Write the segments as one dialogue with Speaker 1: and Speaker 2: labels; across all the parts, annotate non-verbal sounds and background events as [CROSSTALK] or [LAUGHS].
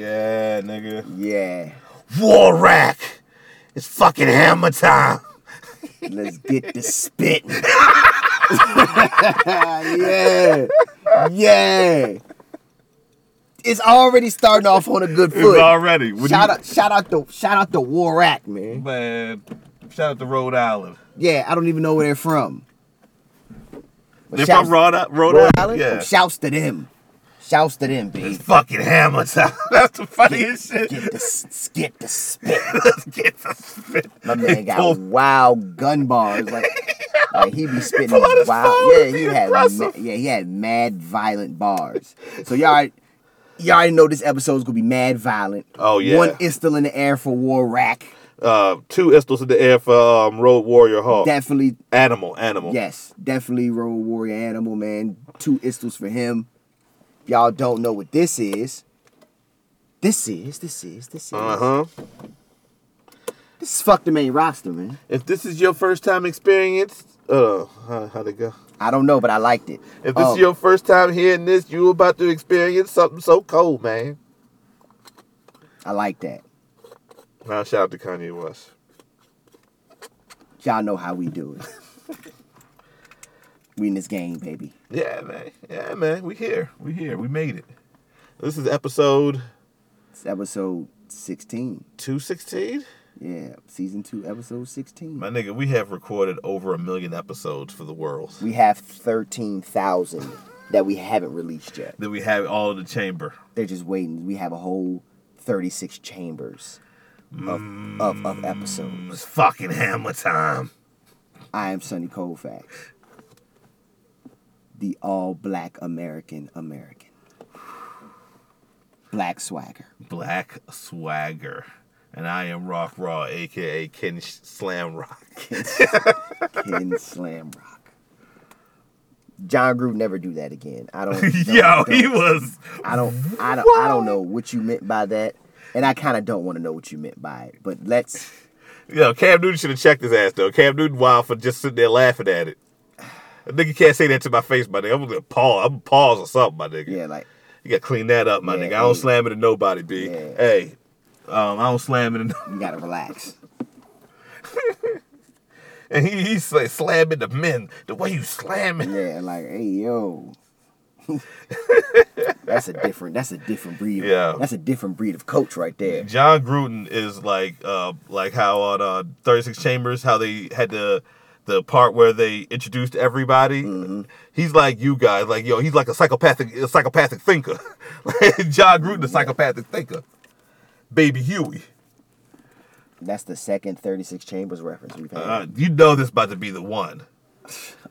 Speaker 1: Yeah, nigga.
Speaker 2: Yeah.
Speaker 1: War rack. It's fucking hammer time.
Speaker 2: Let's get
Speaker 1: [LAUGHS]
Speaker 2: the spit. yeah. Yeah. It's already starting off on a good
Speaker 1: It's
Speaker 2: foot.
Speaker 1: already. What do
Speaker 2: shout
Speaker 1: you-
Speaker 2: out shout out the shout out the Warak, man.
Speaker 1: Man, shout out to Rhode Island.
Speaker 2: Yeah, I don't even know where they're from. But
Speaker 1: If
Speaker 2: shouts-
Speaker 1: I'm Rhode, I- Rhode,
Speaker 2: Rhode
Speaker 1: Island,
Speaker 2: Island?
Speaker 1: yeah.
Speaker 2: Shouts to them. Shouts to them, baby.
Speaker 1: It's fucking hammer time. [LAUGHS] That's the funniest shit.
Speaker 2: Get the s- get the spit.
Speaker 1: [LAUGHS] Let's get the spit. [LAUGHS]
Speaker 2: My man got
Speaker 1: Pull-
Speaker 2: wild gun bars.
Speaker 1: [LAUGHS]
Speaker 2: Like, like he be spitting
Speaker 1: Pull out his phone,
Speaker 2: wild. Yeah,
Speaker 1: it'd
Speaker 2: he
Speaker 1: be
Speaker 2: had ma-
Speaker 1: impressive.
Speaker 2: yeah he had mad violent bars. So y'all already- y'all already know this episode's gonna be mad violent.
Speaker 1: Oh, yeah.
Speaker 2: One is still in the air for War Rack.
Speaker 1: Uh, two estels in the air for um, Road Warrior Hawk.
Speaker 2: Definitely,
Speaker 1: animal, animal.
Speaker 2: yes, definitely Road Warrior Animal Man. Two istles for him. Y'all don't know what this is. This is, this is, this is.
Speaker 1: Uh huh.
Speaker 2: This is fuck the main roster, man.
Speaker 1: If this is your first time experience, uh, how, how'd it go?
Speaker 2: I don't know, but I liked it.
Speaker 1: If this
Speaker 2: Um,
Speaker 1: is your first time hearing this, you about to experience something so cold, man.
Speaker 2: I like that.
Speaker 1: Now shout out to Kanye West.
Speaker 2: Y'all know how we do it. we in this game, baby.
Speaker 1: Yeah, man. Yeah, man. We here. We here. We made it. This is episode
Speaker 2: It's episode 16.
Speaker 1: two sixteen.
Speaker 2: Yeah, season 2, episode 16.
Speaker 1: My nigga, we have recorded over a million episodes for the world.
Speaker 2: We have 13,000 that we haven't released yet.
Speaker 1: Then we have all in the chamber.
Speaker 2: They're just waiting. We have a whole 36 chambers of, of, of episodes.
Speaker 1: It's fucking hammer time.
Speaker 2: I am Sonny Colfax, the all black American American. Black swagger.
Speaker 1: Black Swagger. And I am Rock Raw, aka Ken Sh- Slam Rock.
Speaker 2: Ken Slam Rock. John Groove never do that again.
Speaker 1: [LAUGHS]
Speaker 2: I don't. know-
Speaker 1: [LAUGHS] Yo,
Speaker 2: don't-
Speaker 1: he was.
Speaker 2: I don't. I don't. I don't know what you meant by that, and I kind of don't want to know what you meant by it. But let's.
Speaker 1: Yo, Cam Newton should have checked his ass, though. Cam Newton wild for just sitting there laughing at it. A nigga can't say that to my face, my nigga. I'm gonna pause. I'm gonna pause or something, my nigga.
Speaker 2: Yeah, like
Speaker 1: You gotta clean that up, my
Speaker 2: Yeah,
Speaker 1: nigga. I don't
Speaker 2: yeah.
Speaker 1: slam it to nobody, B.
Speaker 2: Yeah.
Speaker 1: Hey, um, I don't slam it to no- [LAUGHS]
Speaker 2: you gotta relax.
Speaker 1: And he, he's like slamming the men the way you slamming.
Speaker 2: Yeah, like hey yo. [LAUGHS] that's a different. That's a different breed. of-
Speaker 1: Yeah.
Speaker 2: That's a different breed of coach right there.
Speaker 1: John Gruden is like uh like how on uh 36 Chambers how they had the the part where they introduced everybody.
Speaker 2: Mm-hmm.
Speaker 1: He's like you guys, like yo, he's like a psychopathic a psychopathic thinker. [LAUGHS] Like, John Gruden, a psychopathic thinker. Baby Huey.
Speaker 2: That's the second 36 Chambers reference we've had.
Speaker 1: Uh, you know this about to be the one.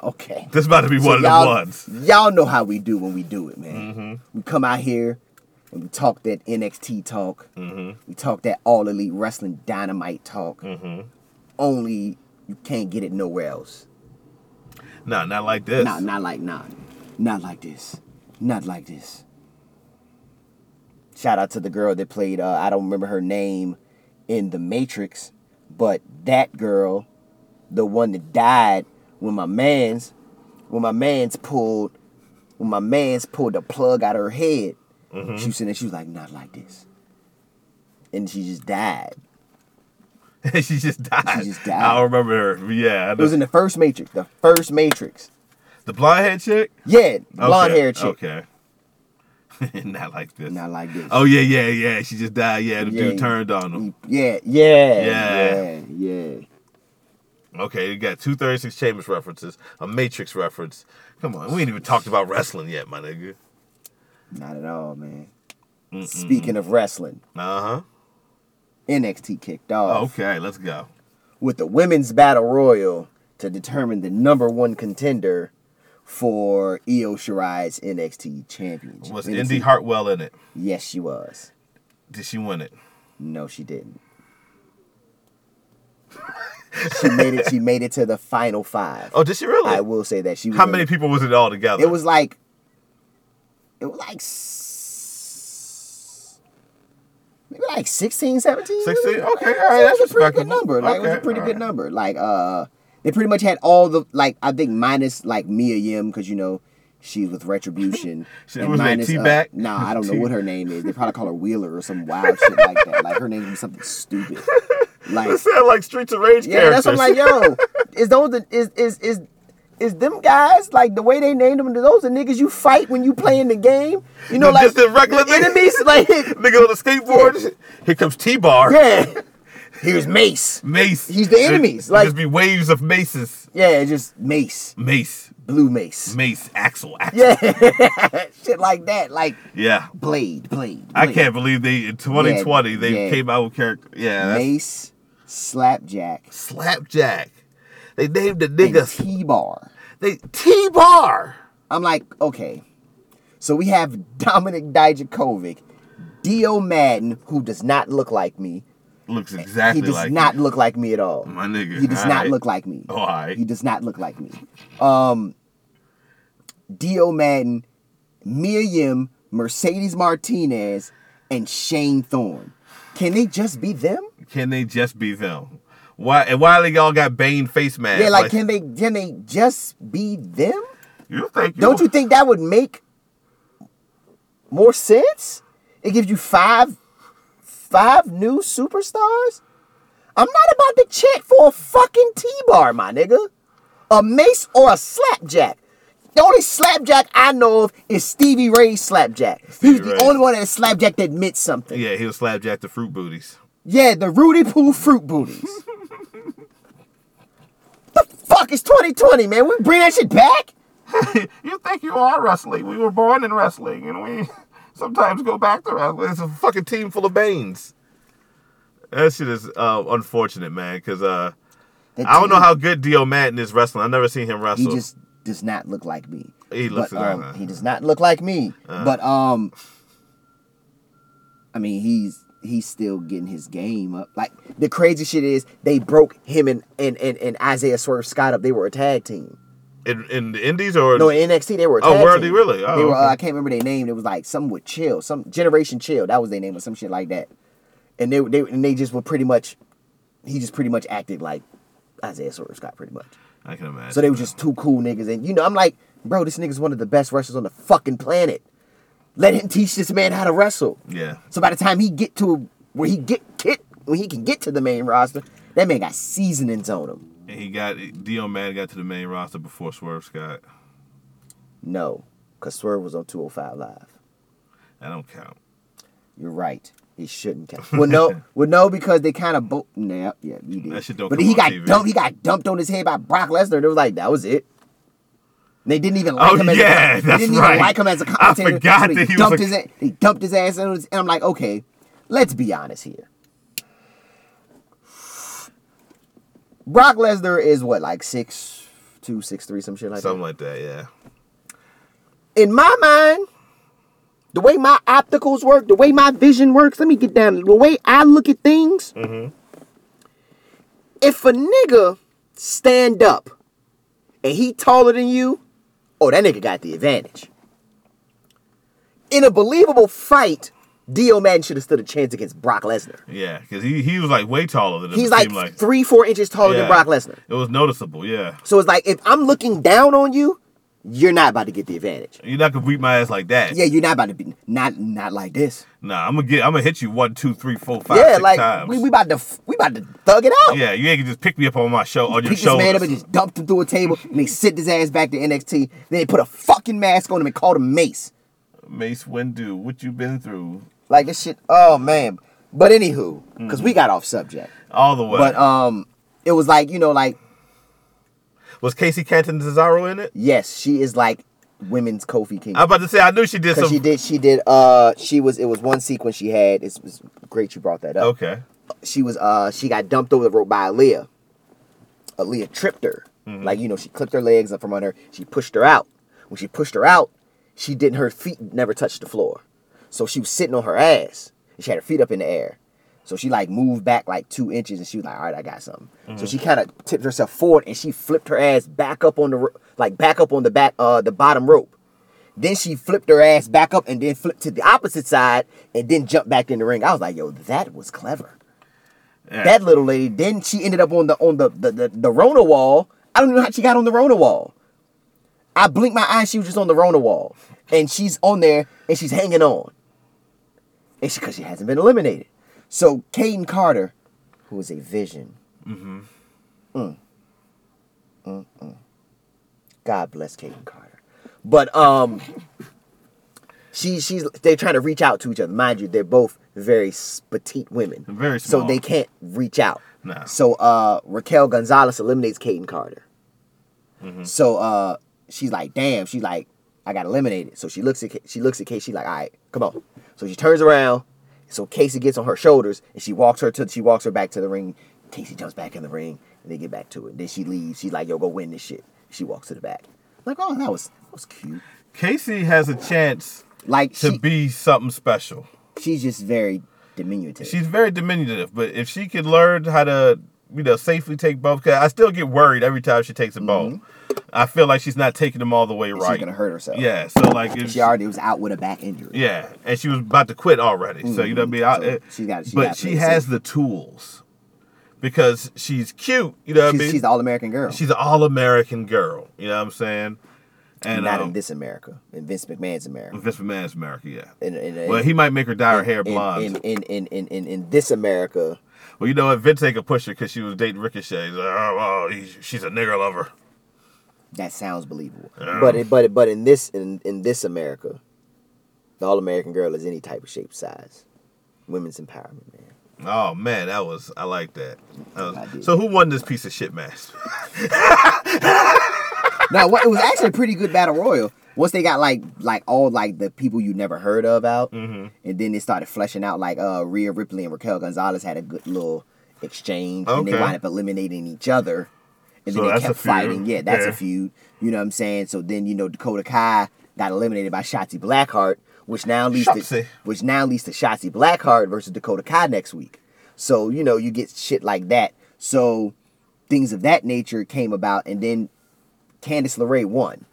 Speaker 2: okay.
Speaker 1: This about to be one of the
Speaker 2: y'all,
Speaker 1: ones. Mm-hmm.
Speaker 2: Y'all know how we do when we do it, man. We come out here and we talk that NXT talk.
Speaker 1: Mm-hmm.
Speaker 2: We talk that all elite wrestling dynamite talk.
Speaker 1: Mm-hmm.
Speaker 2: Only you can't get it nowhere else.
Speaker 1: Nah, not like this.
Speaker 2: Nah, not like nah. Not like this. Not like this. Shout out to the girl that played uh, I don't remember her name in The Matrix, but that girl, the one that died when my man's when my man's pulled when my man's pulled the plug out of her head.
Speaker 1: Mm-hmm.
Speaker 2: She was sitting there, she was like, not like this. And she just died.
Speaker 1: [LAUGHS] she just died.
Speaker 2: She just died.
Speaker 1: I don't remember her. Yeah, I
Speaker 2: It was
Speaker 1: know.
Speaker 2: in the first Matrix, the first Matrix.
Speaker 1: the blonde head chick.
Speaker 2: Yeah, blonde
Speaker 1: okay.
Speaker 2: hair chick.
Speaker 1: Okay. [LAUGHS] Not like this.
Speaker 2: Not like this.
Speaker 1: Oh yeah, yeah, yeah. She just died. Yeah, the
Speaker 2: Yeah, Mm.
Speaker 1: dude
Speaker 2: he-
Speaker 1: turned on him.
Speaker 2: Yeah, yeah,
Speaker 1: Yeah.
Speaker 2: yeah, yeah.
Speaker 1: Okay, you got two thirty six chambers references, a Matrix reference. Come on, we ain't even talked about wrestling yet, my nigga.
Speaker 2: Not at all, man. Speaking of wrestling,
Speaker 1: Uh huh.
Speaker 2: NXT kicked off
Speaker 1: Okay, let's go.
Speaker 2: with the women's battle royal to determine the number one contender for Io Shirai's NXT championship.
Speaker 1: Was
Speaker 2: NXT
Speaker 1: Indy Hartwell in it?
Speaker 2: Yes, she was.
Speaker 1: Did she win it?
Speaker 2: No,
Speaker 1: [LAUGHS]
Speaker 2: she didn't. she made it. She made it to the final five.
Speaker 1: Oh, did she really?
Speaker 2: I will say that she. Was
Speaker 1: How
Speaker 2: in
Speaker 1: many
Speaker 2: it.
Speaker 1: people was it all together?
Speaker 2: It was like. It was like. s- Maybe like 16, 17?
Speaker 1: 16? Okay, all right,
Speaker 2: It
Speaker 1: that's
Speaker 2: was a pretty good
Speaker 1: respectable.
Speaker 2: number. Like, it was a
Speaker 1: Okay,
Speaker 2: pretty
Speaker 1: all
Speaker 2: good
Speaker 1: right.
Speaker 2: number. Like, uh, they pretty much had all the, like, I think minus, like, Mia Yim, because, you know, She's with Retribution.
Speaker 1: [LAUGHS]
Speaker 2: uh,
Speaker 1: She- what was her name, T-Back?
Speaker 2: nah, I
Speaker 1: [LAUGHS]
Speaker 2: don't know
Speaker 1: T-
Speaker 2: what her name is. They probably call her Wheeler or some
Speaker 1: [LAUGHS]
Speaker 2: wild shit like that. Like her name is something stupid. Like
Speaker 1: [LAUGHS] It sound like Streets of Rage
Speaker 2: yeah, that's
Speaker 1: characters.
Speaker 2: what I'm like, yo, [LAUGHS] is those the, is is is is them guys like the way they named them? Those the niggas you fight when you playing the game? You know, like
Speaker 1: [LAUGHS] Just the regular niggas?
Speaker 2: [LAUGHS] enemies, like [LAUGHS]
Speaker 1: Nigga on the skateboard. Here comes T Bar.
Speaker 2: yeah. Here's Mace.
Speaker 1: Mace.
Speaker 2: He's the enemies,
Speaker 1: There- there
Speaker 2: like-
Speaker 1: just be waves of maces.
Speaker 2: Yeah, just Mace,
Speaker 1: Mace.
Speaker 2: Blue Mace,
Speaker 1: Mace. Axel. Axel.
Speaker 2: yeah, [LAUGHS] shit like that, like
Speaker 1: Yeah.
Speaker 2: Blade, Blade.
Speaker 1: I
Speaker 2: Blade.
Speaker 1: can't believe they in 2020 they
Speaker 2: yeah.
Speaker 1: came out with character. Yeah, that's
Speaker 2: Mace, Slapjack,
Speaker 1: Slapjack. They named the
Speaker 2: and
Speaker 1: nigga
Speaker 2: T-Bar.
Speaker 1: they T Bar.
Speaker 2: I'm like, okay. So we have [LAUGHS] Dominic Dijakovic, Dio Madden, who does not look like me.
Speaker 1: Looks exactly
Speaker 2: he does
Speaker 1: like
Speaker 2: not look like me at all.
Speaker 1: My nigga,
Speaker 2: He does not
Speaker 1: alright.
Speaker 2: look like me.
Speaker 1: Oh, alright.
Speaker 2: He does not look like me. Um, Dio Madden, Mia Yim, Mercedes Martinez, and Shane Thorne. Can they just be them?
Speaker 1: Can they just be them? Why and why they all got Bane face masks?
Speaker 2: Yeah, like can they can they just be them?
Speaker 1: you think
Speaker 2: Don't you think that would make more sense? It gives you five five new superstars? I'm not about to check for a fucking T-bar, my nigga. A mace or a slapjack. The only slapjack I know of is Stevie Ray's slapjack. He's
Speaker 1: Stevie
Speaker 2: the
Speaker 1: Ray.
Speaker 2: only one that slapjack that meant something.
Speaker 1: Yeah, he'll slapjack the fruit booties.
Speaker 2: Yeah, the Rudy Poo fruit booties.
Speaker 1: [LAUGHS]
Speaker 2: the fuck is 2020, man? We bring that shit back?
Speaker 1: [LAUGHS] you think you are wrestling. We were born in wrestling and we [LAUGHS] sometimes go back to wrestling. It's a fucking team full of Banes. That shit is uh, unfortunate, man, because uh
Speaker 2: The
Speaker 1: I don't know
Speaker 2: team-
Speaker 1: how good Dio Madden is wrestling. I've never seen him
Speaker 2: He
Speaker 1: wrestle.
Speaker 2: just does not look like me.
Speaker 1: He looks
Speaker 2: but,
Speaker 1: like- Uh.
Speaker 2: um, He does not look like me. but um, I mean, he's he's still getting his game up. Like the crazy shit is, they broke him and and and, and Isaiah Swerve Scott up. They were a tag team.
Speaker 1: in, in the Indies or
Speaker 2: No, in NXT they were. A
Speaker 1: Oh,
Speaker 2: tag
Speaker 1: were
Speaker 2: team.
Speaker 1: they really? Oh,
Speaker 2: they were. uh,
Speaker 1: okay.
Speaker 2: I can't remember their name. It was like some with Chill, some Generation Chill. That was their name or some shit like that. And they they and they just were pretty much. He just pretty much acted like Isaiah Swerve Scott, pretty much.
Speaker 1: I can imagine.
Speaker 2: So they were just two cool niggas. And you know, I'm like, bro, this nigga's one of the best wrestlers on the fucking planet. Let him teach this man how to wrestle.
Speaker 1: yeah.
Speaker 2: So by the time he get to where he get, get when he can get to the main roster, that man got seasonings on him.
Speaker 1: And he got Dio Madden got to the main roster before Swerve Scott.
Speaker 2: No, because Swerve was on 205 Live.
Speaker 1: That don't count.
Speaker 2: You're right. It shouldn't count. Well,
Speaker 1: [LAUGHS]
Speaker 2: no, well, no, because they kind of both. Nah, yeah, you did.
Speaker 1: That shit don't
Speaker 2: but
Speaker 1: come
Speaker 2: he
Speaker 1: on
Speaker 2: got
Speaker 1: TV.
Speaker 2: dumped. He got dumped on his head by Brock Lesnar. They was like, that was it. And they didn't even like
Speaker 1: Oh,
Speaker 2: him. As
Speaker 1: yeah,
Speaker 2: a, they
Speaker 1: that's
Speaker 2: didn't
Speaker 1: right.
Speaker 2: even like him as a
Speaker 1: I
Speaker 2: commentator. so
Speaker 1: forgot
Speaker 2: they
Speaker 1: that he was
Speaker 2: dumped
Speaker 1: a-
Speaker 2: his. a- They dumped his ass, on his- and I'm like, okay, let's be honest here. Brock Lesnar is what, like six two, six three, some shit like that
Speaker 1: Something like that, yeah.
Speaker 2: in my mind, the way my opticals work, the way my vision works, let me get down. The way I look at things,
Speaker 1: Mm-hmm.
Speaker 2: if a nigga stand up and he taller than you, oh, that nigga got the advantage. In a believable fight, Dio Madden should have stood a chance against Brock Lesnar.
Speaker 1: Yeah, because he, he was like way taller than him.
Speaker 2: He's
Speaker 1: it
Speaker 2: like,
Speaker 1: seemed
Speaker 2: three, four inches taller
Speaker 1: Yeah.
Speaker 2: than Brock Lesnar.
Speaker 1: It was noticeable, yeah.
Speaker 2: So it's like, if I'm looking down on you, you're not about to get the advantage.
Speaker 1: You're not gonna beat my ass like that.
Speaker 2: Yeah, you're not about to be not not like this.
Speaker 1: Nah, I'm gonna get. I'm gonna hit you one, two, three, four, five,
Speaker 2: yeah,
Speaker 1: six
Speaker 2: like
Speaker 1: times.
Speaker 2: we we about to we about to thug it out.
Speaker 1: yeah, you ain't gonna just pick me up on my show on your
Speaker 2: Pick this man up
Speaker 1: shoulders.
Speaker 2: and just dumped him through a table, and they sent his ass back to NXT. Then they put a fucking mask on him and called him Mace.
Speaker 1: Mace Windu, what you been through?
Speaker 2: Like this shit. Oh man. But anywho, because
Speaker 1: Mm.
Speaker 2: we got off subject.
Speaker 1: All the way.
Speaker 2: But um, it was like you know like
Speaker 1: was Casey Canton Cesaro in it?
Speaker 2: yes, she is like women's Kofi King.
Speaker 1: I'm about to say I knew she did some.
Speaker 2: Because she did, she did. Uh, she was. It was one sequence she had. It's, it's great you brought that up.
Speaker 1: Okay.
Speaker 2: she was uh she got dumped over the rope by Aaliyah. Aaliyah tripped her. Like, you know, she clipped her legs up from under her. She pushed her out. When she pushed her out, she didn't her feet never touched the floor. So she was sitting on her ass. And she had her feet up in the air. So she like moved back like two inches and she was like, all right, I got something. So she kind of tipped herself forward and she flipped her ass back up on the ro- like back up on the back uh the bottom rope. Then she flipped her ass back up and then flipped to the opposite side and then jumped back in the ring. I was like, yo, that was clever
Speaker 1: Yeah.
Speaker 2: that little lady. Then she ended up on the on the the, the, the Rona wall. I don't know how she got on the Rona wall. I blinked my eye. She was just on the Rona wall, and she's on there and she's hanging on. It's because she hasn't been eliminated. So Caden Carter, who is a Vision,
Speaker 1: Mm-hmm.
Speaker 2: Mm. God bless Caden Carter, but um, she she's they're trying to reach out to each other. Mind you, they're both very s- petite women,
Speaker 1: Very
Speaker 2: so
Speaker 1: small.
Speaker 2: they can't reach out.
Speaker 1: Nah.
Speaker 2: So uh, Raquel Gonzalez eliminates Caden Carter.
Speaker 1: Mm-hmm.
Speaker 2: So uh, she's like, "Damn!" She's like, "I got eliminated." So she looks at Ca- she looks at Casey. She's like, "All right, come on." So she turns around. So Casey gets on her shoulders and she walks her to she walks her back to the ring. Casey jumps back in the ring and they get back to it. Then she leaves. She's like, "Yo, go win this shit." She walks to the back. like, oh, that was that was cute.
Speaker 1: Casey has a chance
Speaker 2: Like
Speaker 1: to
Speaker 2: she,
Speaker 1: be something special.
Speaker 2: she's just very diminutive.
Speaker 1: She's very diminutive, but if she could learn how to, you know, safely take bumps, 'cause I still get worried every time she takes a bump. I feel like she's not taking them all the way
Speaker 2: Mm-hmm. she's
Speaker 1: right.
Speaker 2: gonna hurt herself.
Speaker 1: Yeah, so like if
Speaker 2: She already was out with a back injury.
Speaker 1: Yeah, and she was about to quit already. So you know what I mean. I,
Speaker 2: Mm-hmm. So
Speaker 1: it-
Speaker 2: she's got- she
Speaker 1: but
Speaker 2: got
Speaker 1: she
Speaker 2: made
Speaker 1: has the tools because she's cute. You know what
Speaker 2: she's,
Speaker 1: I mean.
Speaker 2: she's the all American girl.
Speaker 1: She's an all American girl. You know what I'm saying. And
Speaker 2: not
Speaker 1: um,
Speaker 2: in this America, in Vince McMahon's America.
Speaker 1: Vince McMahon's America. Yeah.
Speaker 2: In, in, in,
Speaker 1: Well, he might make her dye her hair
Speaker 2: in,
Speaker 1: blonde.
Speaker 2: in, in, in, in, in, in this America,
Speaker 1: well, you know what? Vince ain't gonna push her because she was dating Ricochet. He's like, oh, oh, he- she's a nigger lover.
Speaker 2: that sounds believable.
Speaker 1: Yeah.
Speaker 2: But it, but it, but in this in, in this America, the all American girl is any type of shape, size, women's empowerment, man.
Speaker 1: Oh man, that was I like that. That was-
Speaker 2: I did.
Speaker 1: so who won this piece of shit [LAUGHS] match?
Speaker 2: now what, it was actually a pretty good battle royal. Once they got like like all like the people you never heard of out,
Speaker 1: Mm-hmm.
Speaker 2: and then they started fleshing out like uh Rhea Ripley and Raquel Gonzalez had a good little exchange, and they
Speaker 1: Okay.
Speaker 2: wound up eliminating each other, and
Speaker 1: So
Speaker 2: then they
Speaker 1: that's a
Speaker 2: kept fighting.
Speaker 1: feud.
Speaker 2: Yeah, that's
Speaker 1: Yeah.
Speaker 2: a feud. You know what I'm saying? So then you know Dakota Kai got eliminated by Shotzi Blackheart, which now leads
Speaker 1: Shotzi.
Speaker 2: to which now leads to Shotzi Blackheart versus Dakota Kai next week. So you know you get shit like that. So things of that nature came about, and then Candice LeRae won.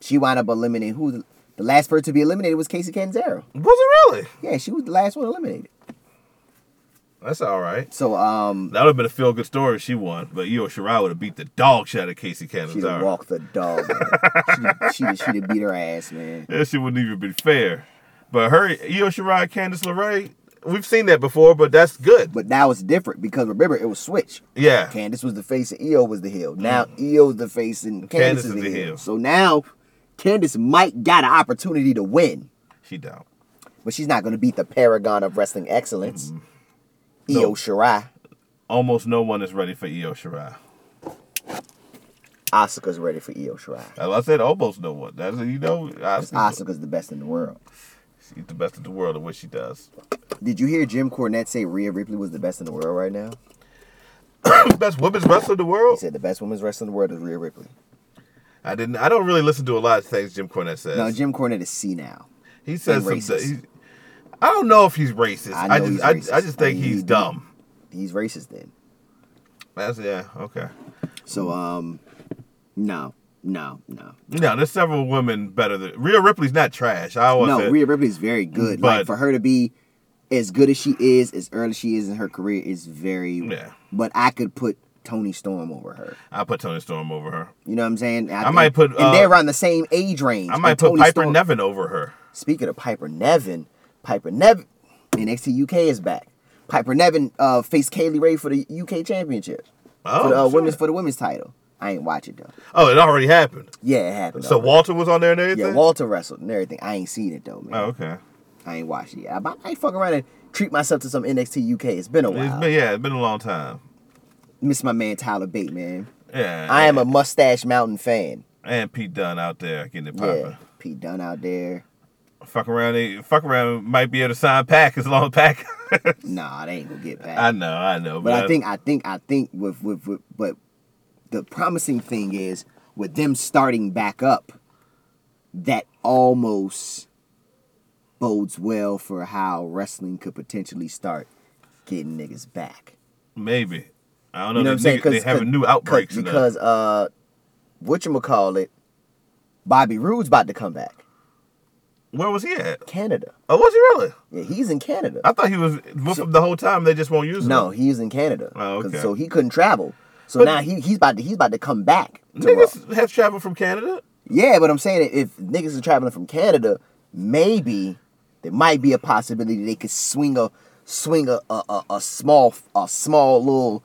Speaker 2: She wound up eliminating who was- the last person to be eliminated was Casey Canzero.
Speaker 1: was it really?
Speaker 2: Yeah, she was the last one eliminated.
Speaker 1: That's all right.
Speaker 2: So um
Speaker 1: That would have been a feel good story if she won, but Io Shirai would have beat the dog shit out of Casey
Speaker 2: she done
Speaker 1: Catanzaro.
Speaker 2: walked the dog. man. she she she done beat her ass, man.
Speaker 1: That shit wouldn't even be fair. But her Io Shirai, Candice LeRae, we've seen that before, but that's good.
Speaker 2: But now it's different because remember it was switch.
Speaker 1: yeah,
Speaker 2: Candace was the face and EO was the heel. Now EO's the face and Mm-hmm. Candace, is the, heel. So now Candace might got an opportunity to win,
Speaker 1: she don't.
Speaker 2: but she's not gonna beat the paragon of wrestling excellence. EO
Speaker 1: No.
Speaker 2: Shirai.
Speaker 1: Almost no one is ready for Io Shirai.
Speaker 2: Asuka's ready for EO [LAUGHS] Shirai.
Speaker 1: As I said, almost no one. That's you know, I
Speaker 2: Because Asuka's the best in the world.
Speaker 1: she's the best in the world at what she does.
Speaker 2: Did you hear Jim Cornette say Rhea Ripley was the best in the world right now?
Speaker 1: best women's wrestler in the
Speaker 2: He
Speaker 1: world.
Speaker 2: said the best women's wrestler in the world is Rhea Ripley.
Speaker 1: I didn't. I don't really listen to a lot of things Jim Cornette says.
Speaker 2: No, Jim Cornette is C now.
Speaker 1: he says some.
Speaker 2: and racist.
Speaker 1: He, I don't know if he's racist.
Speaker 2: I
Speaker 1: I,
Speaker 2: know
Speaker 1: just.
Speaker 2: he's
Speaker 1: I,
Speaker 2: racist.
Speaker 1: I just think
Speaker 2: He-
Speaker 1: he's
Speaker 2: he-
Speaker 1: dumb.
Speaker 2: He's racist then.
Speaker 1: That's yeah. Okay.
Speaker 2: So um, no, no, no,
Speaker 1: No, there's several women better than Rhea Ripley's not trash. I always
Speaker 2: no.
Speaker 1: said-
Speaker 2: Rhea Ripley is very good. like
Speaker 1: But-
Speaker 2: for her to be as good as she is, as early as she is in her career, is very.
Speaker 1: Yeah.
Speaker 2: But I could put Tony Storm over her.
Speaker 1: I put Tony Storm over her.
Speaker 2: You know what I'm saying?
Speaker 1: I might put,
Speaker 2: and
Speaker 1: uh,
Speaker 2: they're around the same age range.
Speaker 1: I might
Speaker 2: And
Speaker 1: put
Speaker 2: Toni
Speaker 1: Piper
Speaker 2: Storm-
Speaker 1: Nevin over her.
Speaker 2: Speaking of Piper Nevin, Piper Nevin, NXT UK is back. Piper Nevin uh, faced Kaylee Ray for the UK Championship for the uh,
Speaker 1: Oh,
Speaker 2: women's
Speaker 1: shit.
Speaker 2: for the women's title. I ain't watch it though.
Speaker 1: oh, it already happened.
Speaker 2: Yeah, it happened.
Speaker 1: So
Speaker 2: though.
Speaker 1: Walter was on there and everything.
Speaker 2: uh, yeah, Walter wrestled and everything. I ain't seen it though, man.
Speaker 1: Oh, okay.
Speaker 2: I ain't watched it yet. But I might fuck around and treat myself to some NXT UK. It's been a
Speaker 1: It's
Speaker 2: while.
Speaker 1: been yeah, it's been a long time.
Speaker 2: Miss my man Tyler Bate, man.
Speaker 1: Yeah.
Speaker 2: I am a Mustache Mountain fan.
Speaker 1: and Pete Dunne out there getting it
Speaker 2: Yeah,
Speaker 1: popping.
Speaker 2: Pete Dunne out there.
Speaker 1: Fuck around, they, fuck around might be able to sign Pack as long as Pack.
Speaker 2: Nah, they ain't gonna get
Speaker 1: [LAUGHS]
Speaker 2: past.
Speaker 1: I know, I know,
Speaker 2: But I think I think I think with, with with but the promising thing is with them starting back up, that almost bodes well for how wrestling could potentially start getting niggas back.
Speaker 1: maybe I don't know.
Speaker 2: You know what I'm
Speaker 1: they,
Speaker 2: saying? uh,
Speaker 1: niggas- they having new outbreaks and
Speaker 2: because uh, what you call it, Bobby Roode's about to come back.
Speaker 1: where was he at?
Speaker 2: Canada.
Speaker 1: Oh, was he really?
Speaker 2: Yeah, he's in Canada.
Speaker 1: I thought he was with them the whole time. They just won't use him.
Speaker 2: No, he's in Canada.
Speaker 1: Oh, okay.
Speaker 2: 'Cause- So he couldn't travel. So now he, he's about to he's about to come back. To Raw.
Speaker 1: Niggas have traveled from Canada.
Speaker 2: Yeah, but I'm saying that if niggas are traveling from Canada, maybe there might be a possibility they could swing a swing a a, a, a small a small little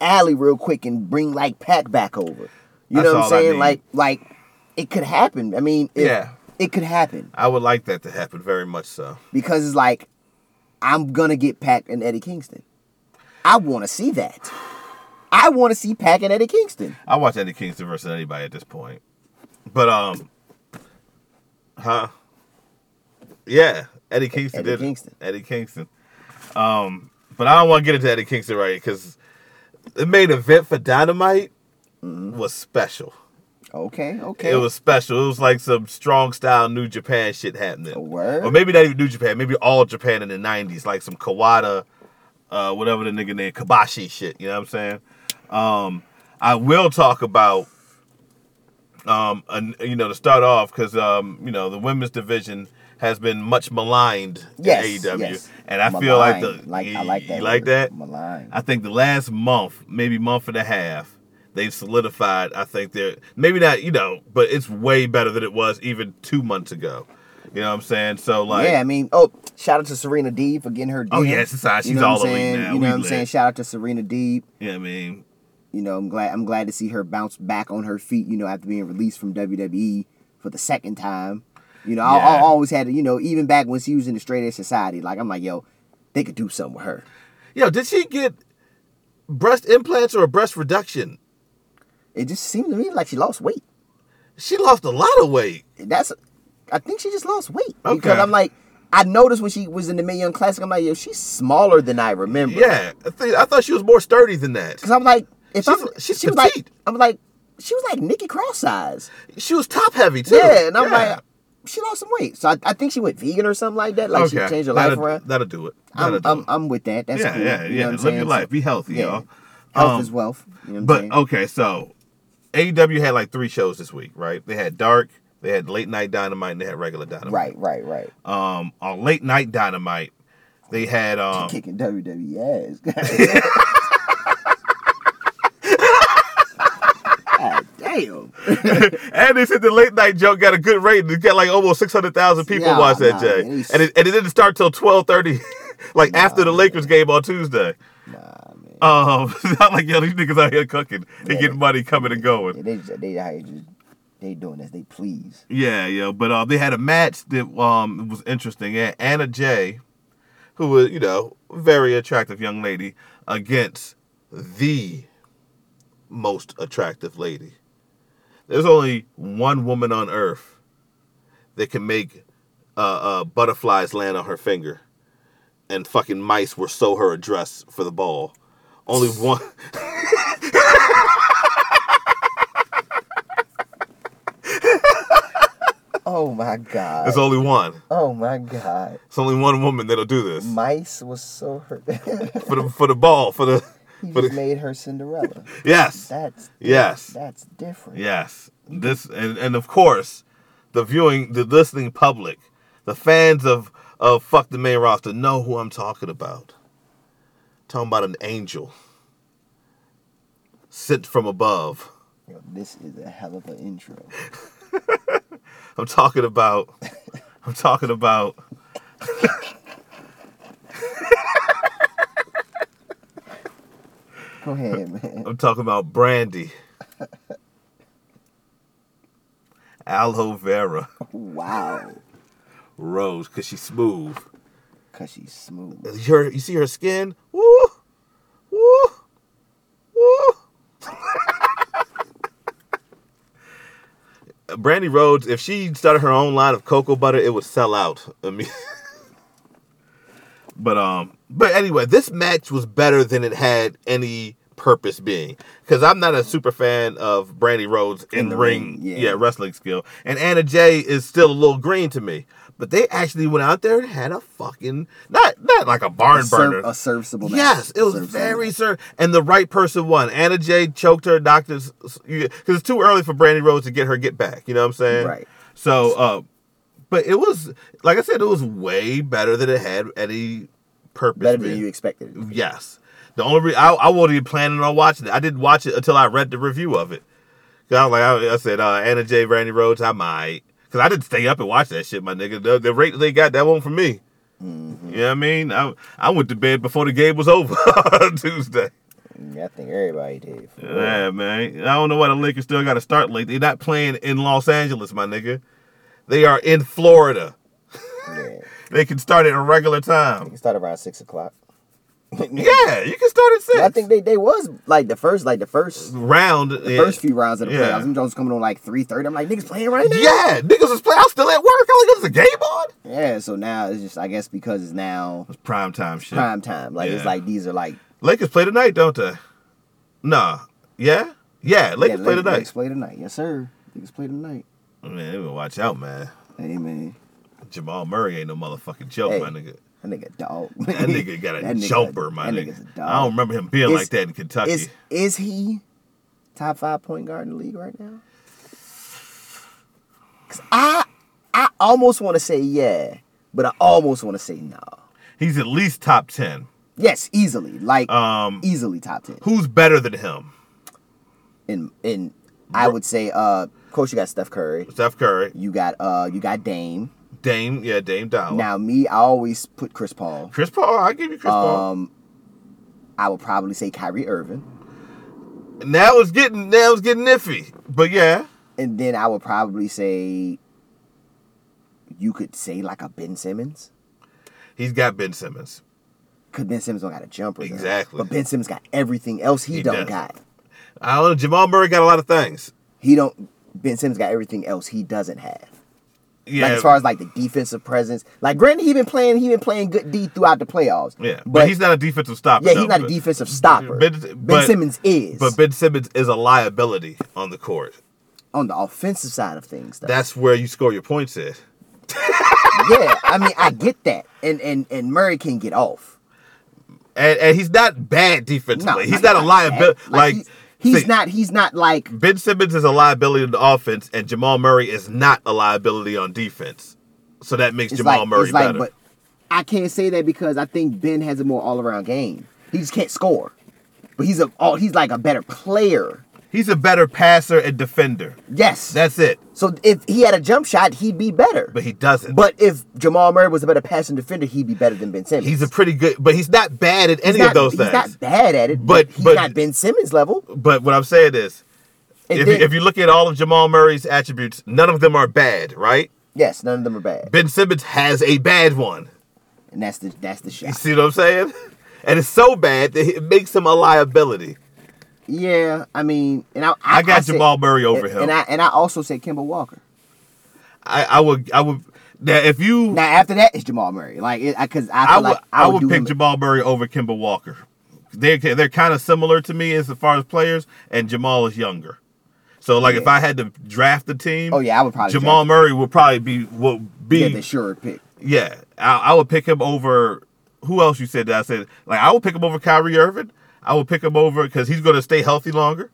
Speaker 2: alley real quick and bring like Pac back over. You
Speaker 1: That's
Speaker 2: know what I'm
Speaker 1: all I
Speaker 2: saying?
Speaker 1: need.
Speaker 2: Like like it could happen. I mean, it,
Speaker 1: Yeah.
Speaker 2: it could happen
Speaker 1: I would like that to happen very much so.
Speaker 2: because it's like I'm gonna get Pac and Eddie Kingston. I want to see that. I want to see Pac and Eddie Kingston.
Speaker 1: I watch Eddie Kingston versus anybody at this point. But um Huh? Yeah, Eddie Kingston
Speaker 2: Eddie
Speaker 1: did it.
Speaker 2: Kingston.
Speaker 1: Eddie Kingston. Um but I don't want to get into Eddie Kingston right cuz the main event for Dynamite was special.
Speaker 2: Okay, okay.
Speaker 1: It was special. It was like some strong style New Japan shit happening.
Speaker 2: A word?
Speaker 1: Or maybe not even New Japan, maybe all Japan in the 90s, like some Kawada, uh, whatever the nigga named, Kabashi shit. You know what I'm saying? Um, I will talk about, um, an, you know, to start off, because, um, you know, the women's division has been much maligned
Speaker 2: Yes,
Speaker 1: in AEW.
Speaker 2: yes.
Speaker 1: E And I feel like
Speaker 2: Maligned.
Speaker 1: the.
Speaker 2: like I like that.
Speaker 1: You like
Speaker 2: word,
Speaker 1: that?
Speaker 2: Maligned.
Speaker 1: I think the last month, maybe month and a half, they've solidified. I think they're maybe not, you know, but it's way better than it was even two months ago. You know what I'm saying? So like,
Speaker 2: yeah, I mean, oh, shout out to Serena Deeb for getting her.
Speaker 1: Oh,
Speaker 2: deal.
Speaker 1: yes, it's all- she's
Speaker 2: what I'm
Speaker 1: all elite
Speaker 2: saying?
Speaker 1: now.
Speaker 2: You know
Speaker 1: We
Speaker 2: what I'm
Speaker 1: lit.
Speaker 2: saying? Shout out to Serena Deeb.
Speaker 1: you know what I mean,
Speaker 2: You know, I'm glad I'm glad to see her bounce back on her feet. You know, after being released from WWE for the second time. You know, I, I
Speaker 1: Yeah.
Speaker 2: always had, you know, even back when she was in the Straight Edge Society, like I'm like, yo, they could do something with her.
Speaker 1: yo, did she get breast implants or a breast reduction?
Speaker 2: It just seemed to me like she lost weight.
Speaker 1: She lost a lot of weight.
Speaker 2: That's, I think she just lost weight because
Speaker 1: Okay.
Speaker 2: I'm like, I noticed when she was in the Million Classic, I'm like, yo, she's smaller than I remember.
Speaker 1: Yeah, I, think, I thought she was more sturdy than that.
Speaker 2: Cause I'm like, if
Speaker 1: She's-
Speaker 2: I'm,
Speaker 1: she's
Speaker 2: she was like,
Speaker 1: petite.
Speaker 2: I'm like, she was like Nikki Cross size.
Speaker 1: She was top heavy too.
Speaker 2: Yeah, and I'm
Speaker 1: Yeah.
Speaker 2: like, she lost some weight, so I, I think she went vegan or something like that. Like she changed her life
Speaker 1: that'll,
Speaker 2: around.
Speaker 1: That'll do it. That'll
Speaker 2: I'm,
Speaker 1: do
Speaker 2: I'm,
Speaker 1: it.
Speaker 2: I'm with that. That's
Speaker 1: yeah,
Speaker 2: cool.
Speaker 1: yeah,
Speaker 2: you
Speaker 1: yeah.
Speaker 2: know what I'm
Speaker 1: Live
Speaker 2: saying?
Speaker 1: your
Speaker 2: So-
Speaker 1: life. Be healthy,
Speaker 2: yeah.
Speaker 1: y'all.
Speaker 2: Health
Speaker 1: Um,
Speaker 2: is wealth. You know what
Speaker 1: But oh.
Speaker 2: I'm saying?
Speaker 1: okay, so AEW had like three shows this week, right? They had Dark, they had Late Night Dynamite, and they had regular Dynamite.
Speaker 2: right, right, right.
Speaker 1: Um, on Late Night Dynamite, they had
Speaker 2: [LAUGHS]
Speaker 1: um,
Speaker 2: Kicking WWE ass. [LAUGHS] God damn.
Speaker 1: and they said the Late Night joke got a good rating. It got like almost six hundred thousand people
Speaker 2: Nah,
Speaker 1: watched that
Speaker 2: nah,
Speaker 1: Jay,
Speaker 2: man, it's-
Speaker 1: and it, and it didn't start till twelve thirty, [LAUGHS] like after the Lakers game on Tuesday.
Speaker 2: Nah, man.
Speaker 1: Um, [LAUGHS] not like yo, these niggas out here cooking. They
Speaker 2: Yeah.
Speaker 1: getting money coming and going.
Speaker 2: Yeah, they just, they out here just they doing as they please.
Speaker 1: Yeah, yeah, but uh, they had a match that um was interesting. Yeah, Anna Jay, who was you know very attractive young lady, against the most attractive lady. There's only one woman on earth that can make uh, uh, butterflies land on her finger, and fucking mice were sew her a dress for the ball. Only one.
Speaker 2: Oh my god.
Speaker 1: There's only one.
Speaker 2: Oh my god.
Speaker 1: It's only one woman that'll do this
Speaker 2: Mice was so hurt. [LAUGHS] he
Speaker 1: for the for the ball for the for the
Speaker 2: just made her Cinderella.
Speaker 1: yes.
Speaker 2: That's
Speaker 1: Yes.
Speaker 2: That's different.
Speaker 1: Yes. This and, and of course, the viewing, the listening public, the fans of of fuck the main roster know who I'm talking about. Talking about an angel sent from above.
Speaker 2: Yo, this is a hell of an intro.
Speaker 1: I'm talking about. [LAUGHS] I'm talking about.
Speaker 2: Go ahead,
Speaker 1: [LAUGHS]
Speaker 2: man.
Speaker 1: I'm talking about Brandy. Aloe vera [LAUGHS]
Speaker 2: Wow.
Speaker 1: rose, cause she's smooth.
Speaker 2: Cause she's smooth.
Speaker 1: her you see her skin woo woo woo [LAUGHS] brandy rhodes if she started her own line of cocoa butter it would sell out i mean [LAUGHS] but um but anyway this match was better than it had any purpose being because i'm not a super fan of brandy rhodes in,
Speaker 2: the
Speaker 1: ring,
Speaker 2: ring, yeah.
Speaker 1: yeah wrestling skill and anna jay is still a little green to me but they actually went out there and had a fucking not not like a barn
Speaker 2: A,
Speaker 1: burner
Speaker 2: serv- a serviceable match.
Speaker 1: Yes, it was
Speaker 2: Serviceable
Speaker 1: very
Speaker 2: match.
Speaker 1: certain. And the right person won. Anna Jay choked her doctors because it's too early for Brandy Rhodes to get her get back. You know what I'm saying?
Speaker 2: Right.
Speaker 1: So, uh, but it was like I said, it was way better than it had any purpose.
Speaker 2: better than
Speaker 1: being.
Speaker 2: you expected. it.
Speaker 1: Yes. The only re- I, I wasn't even planning on watching it. I didn't watch it until I read the review of it. 'Cause I was like, I, I said, uh, Anna J. Randy Rhodes, I might. Because I didn't stay up and watch that shit, my nigga. The, the rate they got, that one for me.
Speaker 2: Mm-hmm.
Speaker 1: You know what I mean? I, I went to bed before the game was over [LAUGHS] on Tuesday.
Speaker 2: I think everybody did. for real.
Speaker 1: Yeah, man. I don't know why the Lakers still got to start late. They're not playing in Los Angeles, my nigga. They are in Florida.
Speaker 2: Yeah.
Speaker 1: They can start at a regular time.
Speaker 2: It started around six o'clock.
Speaker 1: Yeah, you can start at six.
Speaker 2: I think they, they was like the first like the first
Speaker 1: round. The
Speaker 2: first few rounds of the
Speaker 1: Yeah.
Speaker 2: playoffs. Them Jones coming on like three thirty. I'm like niggas playing right now.
Speaker 1: Yeah, niggas was playing. I was still at work. I was like, there's a game on.
Speaker 2: Yeah, so now it's just I guess because it's now
Speaker 1: It's prime time shit.
Speaker 2: prime time. Like it's
Speaker 1: Yeah.
Speaker 2: like these are like
Speaker 1: Lakers play tonight, don't they? Nah. Yeah? Yeah, Lakers
Speaker 2: yeah,
Speaker 1: play
Speaker 2: Lakers-
Speaker 1: tonight.
Speaker 2: Lakers play tonight. Yes, sir. Niggas play tonight.
Speaker 1: Man, they better watch out, man.
Speaker 2: Hey man.
Speaker 1: Jamal Murray ain't no motherfucking joke,
Speaker 2: Hey.
Speaker 1: my nigga.
Speaker 2: That nigga dog. [LAUGHS]
Speaker 1: That nigga got a
Speaker 2: That nigga-
Speaker 1: jumper, my
Speaker 2: that
Speaker 1: nigga.
Speaker 2: nigga's a dog.
Speaker 1: I don't remember him being
Speaker 2: It's-
Speaker 1: like that in Kentucky.
Speaker 2: Is is he top five point guard in the league right now? 'Cause I I almost want to say yeah, but I almost want to say no.
Speaker 1: He's at least top ten.
Speaker 2: Yes, easily. Like
Speaker 1: Um,
Speaker 2: easily top ten.
Speaker 1: Who's better than him?
Speaker 2: In in I would say uh of course you got Steph Curry.
Speaker 1: Steph Curry,
Speaker 2: You got uh you got Dame.
Speaker 1: Dame, yeah, Dame Dollar.
Speaker 2: Now me, I always put Chris Paul.
Speaker 1: Chris Paul, I give you Chris Paul.
Speaker 2: Um I would probably say Kyrie Irving.
Speaker 1: Now it's getting now it's getting iffy, but yeah,
Speaker 2: And then I would probably say you could say like a Ben Simmons.
Speaker 1: he's got Ben Simmons.
Speaker 2: Cause Ben Simmons don't got a jumper. though.
Speaker 1: Exactly.
Speaker 2: But Ben Simmons got everything else he,
Speaker 1: He
Speaker 2: don't
Speaker 1: doesn't.
Speaker 2: got.
Speaker 1: I don't know. Jamal Murray got a lot of things.
Speaker 2: He don't Ben Simmons got everything else he doesn't have.
Speaker 1: Yeah,
Speaker 2: Like as far as like the defensive presence. Like granted he been playing he been playing good D throughout the playoffs.
Speaker 1: yeah, but,
Speaker 2: But
Speaker 1: he's not a defensive stopper.
Speaker 2: yeah, he's
Speaker 1: though,
Speaker 2: not a
Speaker 1: but-
Speaker 2: defensive stopper.
Speaker 1: Ben-
Speaker 2: Ben,
Speaker 1: but-
Speaker 2: Simmons is.
Speaker 1: But Ben Simmons is a liability on the court.
Speaker 2: on the offensive side of things though.
Speaker 1: That's where you score your points at.
Speaker 2: yeah, I mean I get that. And and and Murray can get off.
Speaker 1: And, and he's not bad defensively. he's
Speaker 2: like,
Speaker 1: not a
Speaker 2: like that.
Speaker 1: liability. Like,
Speaker 2: he's, he's
Speaker 1: see,
Speaker 2: not he's not like
Speaker 1: Ben Simmons is a liability on the offense, and Jamal Murray is not a liability on defense. So that makes
Speaker 2: it's
Speaker 1: Jamal
Speaker 2: like,
Speaker 1: Murray
Speaker 2: it's like
Speaker 1: better.
Speaker 2: but I can't say that because I think Ben has a more all around game. He just can't score. But he's a all he's like a better player.
Speaker 1: He's a better passer and defender.
Speaker 2: Yes.
Speaker 1: That's it.
Speaker 2: so if he had a jump shot, he'd be better.
Speaker 1: But he doesn't.
Speaker 2: But if Jamal Murray was a better passing defender, he'd be better than Ben Simmons.
Speaker 1: he's a pretty good. But he's not bad at
Speaker 2: He's
Speaker 1: any
Speaker 2: not-
Speaker 1: of those
Speaker 2: he's
Speaker 1: things.
Speaker 2: not bad at it,
Speaker 1: But-
Speaker 2: but, he's
Speaker 1: but-
Speaker 2: not Ben Simmons level.
Speaker 1: But what I'm saying is,
Speaker 2: And
Speaker 1: if,
Speaker 2: then-
Speaker 1: you, if you look at all of Jamal Murray's attributes, none of them are bad, right?
Speaker 2: yes, none of them are bad,
Speaker 1: Ben Simmons has a bad one.
Speaker 2: and that's the that's the
Speaker 1: You
Speaker 2: shot.
Speaker 1: see what I'm saying? [LAUGHS] And it's so bad that it makes him a liability.
Speaker 2: Yeah, I mean, and I I,
Speaker 1: I got
Speaker 2: said-
Speaker 1: Jamal Murray over
Speaker 2: and,
Speaker 1: him.
Speaker 2: and
Speaker 1: I,
Speaker 2: I and I also said Kimball Walker.
Speaker 1: I, would, I would. Now, if you,
Speaker 2: Now after that, it's Jamal Murray. Like, it, I, cause I feel
Speaker 1: I would,
Speaker 2: like
Speaker 1: I would
Speaker 2: do
Speaker 1: pick
Speaker 2: him-
Speaker 1: Jamal Murray over Kimball Walker. They're they're kind of similar to me as far as players, and Jamal is younger. So like if
Speaker 2: Yeah.
Speaker 1: I had to draft the team,
Speaker 2: Oh yeah, I would probably
Speaker 1: Jamal
Speaker 2: draft-
Speaker 1: Murray would probably be would be
Speaker 2: Yeah,
Speaker 1: yeah.
Speaker 2: the sure pick.
Speaker 1: I, I would pick him over who else you said that I said like I would pick him over Kyrie Irving. I would pick him over because he's going to stay healthy longer.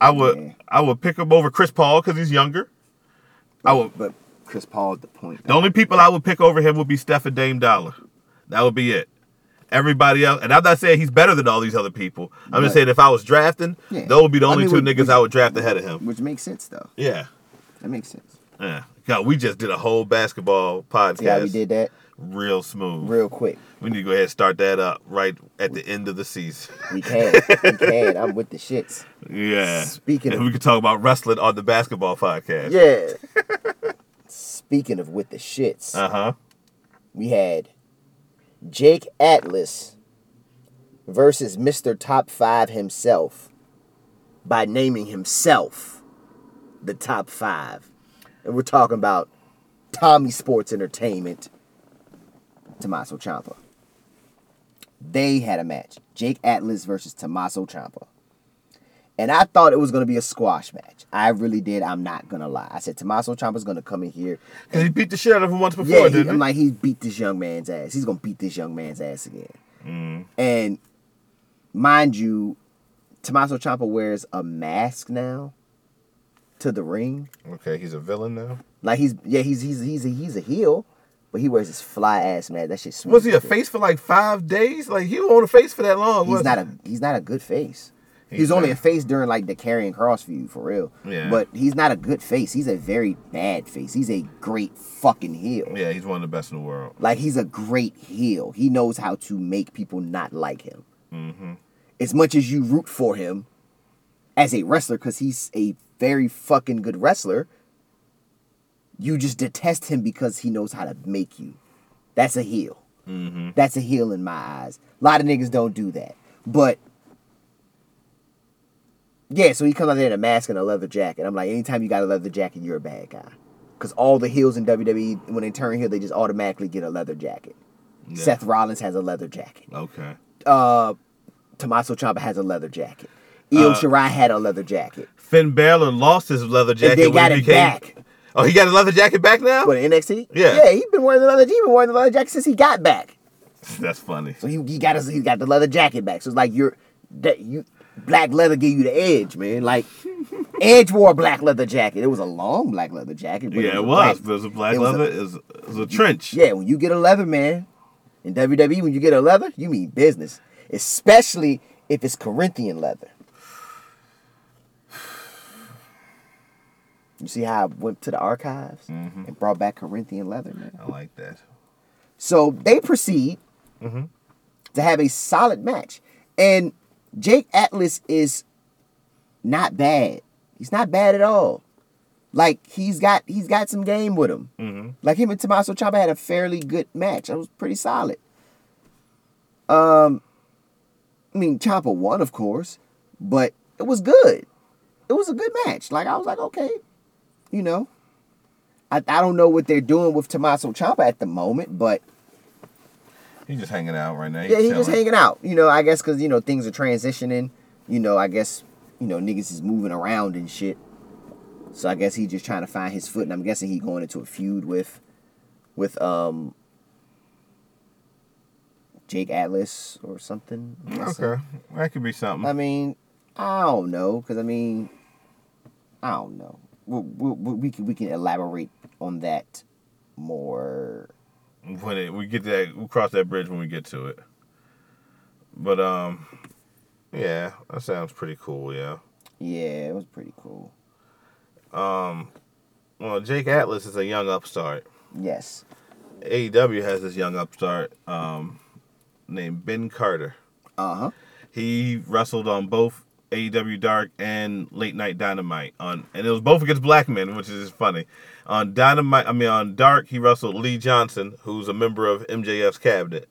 Speaker 1: I would
Speaker 2: Yeah.
Speaker 1: I would pick him over Chris Paul because he's younger. I would
Speaker 2: But Chris Paul at the point.
Speaker 1: the only people I would pick over him would be Steph and Dame Dollar. That would be it. Everybody else, and I'm not saying he's better than all these other people. I'm just
Speaker 2: Right.
Speaker 1: saying if I was drafting,
Speaker 2: Yeah.
Speaker 1: those would be the
Speaker 2: I
Speaker 1: only
Speaker 2: mean,
Speaker 1: two
Speaker 2: we-
Speaker 1: niggas
Speaker 2: we-
Speaker 1: I would draft ahead of him.
Speaker 2: Which makes sense though.
Speaker 1: Yeah.
Speaker 2: That makes sense.
Speaker 1: Yeah. God, we just did a whole basketball podcast.
Speaker 2: Yeah, we did that
Speaker 1: Real smooth.
Speaker 2: real quick.
Speaker 1: We need to go ahead and start that up right at the end of the
Speaker 2: [LAUGHS]
Speaker 1: season. [LAUGHS]
Speaker 2: We can. we can. I'm with the shits.
Speaker 1: Yeah.
Speaker 2: Speaking
Speaker 1: and
Speaker 2: of-
Speaker 1: we could talk about wrestling on the basketball podcast.
Speaker 2: Yeah. Speaking of with the shits,
Speaker 1: Uh huh.
Speaker 2: we had Jake Atlas versus Mr. Top 5 himself by naming himself the top 5. And we're talking about Tommy Sports Entertainment, Tommaso Ciampa. They had a match. Jake Atlas versus Tommaso Ciampa. And I thought it was going to be a squash match. I really did. I'm not going to lie. I said Tommaso Ciampa's going to come in here
Speaker 1: Because he beat the shit out of him once before,
Speaker 2: yeah, he-
Speaker 1: didn't he?
Speaker 2: I'm like he beat this young man's ass. He's gonna beat this young man's ass again.
Speaker 1: Mm.
Speaker 2: And mind you, Tommaso Ciampa wears a mask now to the ring.
Speaker 1: okay, he's a villain now.
Speaker 2: Like he's yeah he's he's he's a, he's a heel, But he wears his fly ass mask. That shit sweet.
Speaker 1: Was he a face for like five days? Like he was on a face for that long.
Speaker 2: He's
Speaker 1: was
Speaker 2: not a he's not a good face. He's,
Speaker 1: He's
Speaker 2: only
Speaker 1: not.
Speaker 2: a face during like the carrying cross feud for real.
Speaker 1: Yeah.
Speaker 2: But he's not a good face. He's a very bad face. He's a great fucking heel.
Speaker 1: Yeah, he's one of the best in the world.
Speaker 2: Like he's a great heel. He knows how to make people not like him. As much as you root for him as a wrestler, because he's a very fucking good wrestler, you just detest him because he knows how to make you. That's a heel. That's a heel in my eyes. A lot of niggas don't do that, but. Yeah, so he comes out there in a mask and a leather jacket. I'm like, anytime you got a leather jacket, you're a bad guy. Because all the heels in WWE, when they turn heel, they just automatically get a leather jacket. Seth Rollins has a leather jacket. [LAUGHS] Uh,
Speaker 1: Okay.
Speaker 2: Tommaso Ciampa has a leather jacket.
Speaker 1: Uh,
Speaker 2: Io Shirai had a leather jacket.
Speaker 1: Finn Balor lost his leather jacket.
Speaker 2: they
Speaker 1: when
Speaker 2: got
Speaker 1: he
Speaker 2: it
Speaker 1: became-
Speaker 2: back.
Speaker 1: Oh, he got his leather jacket back now.
Speaker 2: But in NXT,
Speaker 1: Yeah.
Speaker 2: yeah, he's been wearing the leather. He's been wearing the leather jacket since he got back.
Speaker 1: [LAUGHS] That's funny.
Speaker 2: So he, he got his, he got the leather jacket back. So it's like you're that you black leather gave you the edge,
Speaker 1: [LAUGHS]
Speaker 2: man. Like Edge wore a black leather jacket. It was a long black leather jacket. But
Speaker 1: yeah, it
Speaker 2: a
Speaker 1: was.
Speaker 2: black-
Speaker 1: But it was a black
Speaker 2: it was a-
Speaker 1: leather. It was, it was a trench.
Speaker 2: Yeah, when you get a leather, man, in WWE, when you get a leather, you mean business. Especially if it's Corinthian leather. You see how I went to the archives and brought back Corinthian leather, man.
Speaker 1: I like that.
Speaker 2: So they proceed to have a solid match. And Jake Atlas is not bad. He's not bad at all. Like he's got he's got some game with him. Like him and Tommaso Ciampa had a fairly good match. That was pretty solid. Um, I mean Ciampa won, of course, but it was good. It was a good match. Like I was like, okay, you know, I I don't know what they're doing with Tommaso Ciampa at the moment, but
Speaker 1: He's just hanging out right now.
Speaker 2: yeah, he's just
Speaker 1: chilling.
Speaker 2: hanging out. You know, I guess because you know things are transitioning. You know, I guess you know niggas is moving around and shit. So I guess he's just trying to find his foot, and I'm guessing he going into a feud with, with um, Jake Atlas or something. I'm guessing.
Speaker 1: Okay, that could be something.
Speaker 2: I mean, I don't know, cause I mean, I don't know. We we, we, we can we can elaborate on that more.
Speaker 1: when it, we get to that, we cross that bridge when we get to it. But um, yeah, that sounds pretty cool. Yeah.
Speaker 2: Yeah, it was pretty cool.
Speaker 1: Well, Jake Atlas is a young upstart.
Speaker 2: Yes.
Speaker 1: AEW has this young upstart um, named Ben Carter.
Speaker 2: Uh huh.
Speaker 1: He wrestled on both AEW Dark and Late Night Dynamite on, and it was both against black men, which is funny. On Dynamite, I mean on Dark, he wrestled Lee Johnson, who's a member of MJF's cabinet.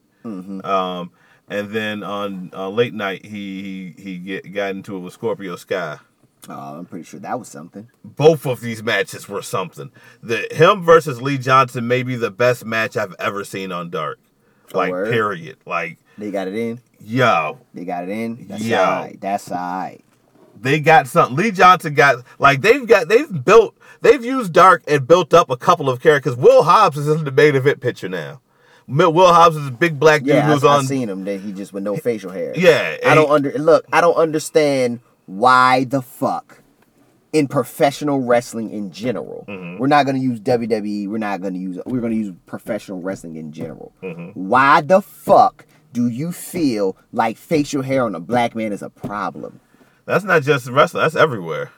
Speaker 1: Um, and then on, on Late Night, he he, he get, got into it with Scorpio Sky
Speaker 2: Oh, I'm pretty sure that was something.
Speaker 1: both of these matches were something. The him versus Lee Johnson may be the best match I've ever seen on Dark. Like
Speaker 2: word.
Speaker 1: period. Like
Speaker 2: They got it in.
Speaker 1: yo,
Speaker 2: They got it in. That's
Speaker 1: Yo.
Speaker 2: all right. That's all right.
Speaker 1: they got something. Lee Johnson got like they've got they've built they've used Dark and built up a couple of characters. Will Hobbs is in the main event picture now. Mil- Will Hobbs is a big black dude
Speaker 2: Yeah,
Speaker 1: who's
Speaker 2: I,
Speaker 1: on.
Speaker 2: I seen him. That he just with no facial hair.
Speaker 1: Yeah,
Speaker 2: I don't
Speaker 1: and-
Speaker 2: under look. I don't understand why the fuck in professional wrestling in general.
Speaker 1: Mm-hmm.
Speaker 2: We're not gonna use WWE. We're not gonna use. We're gonna use professional wrestling in general.
Speaker 1: Mm-hmm.
Speaker 2: Why the fuck do you feel like facial hair on a black man is a problem?
Speaker 1: That's not just wrestling. That's everywhere.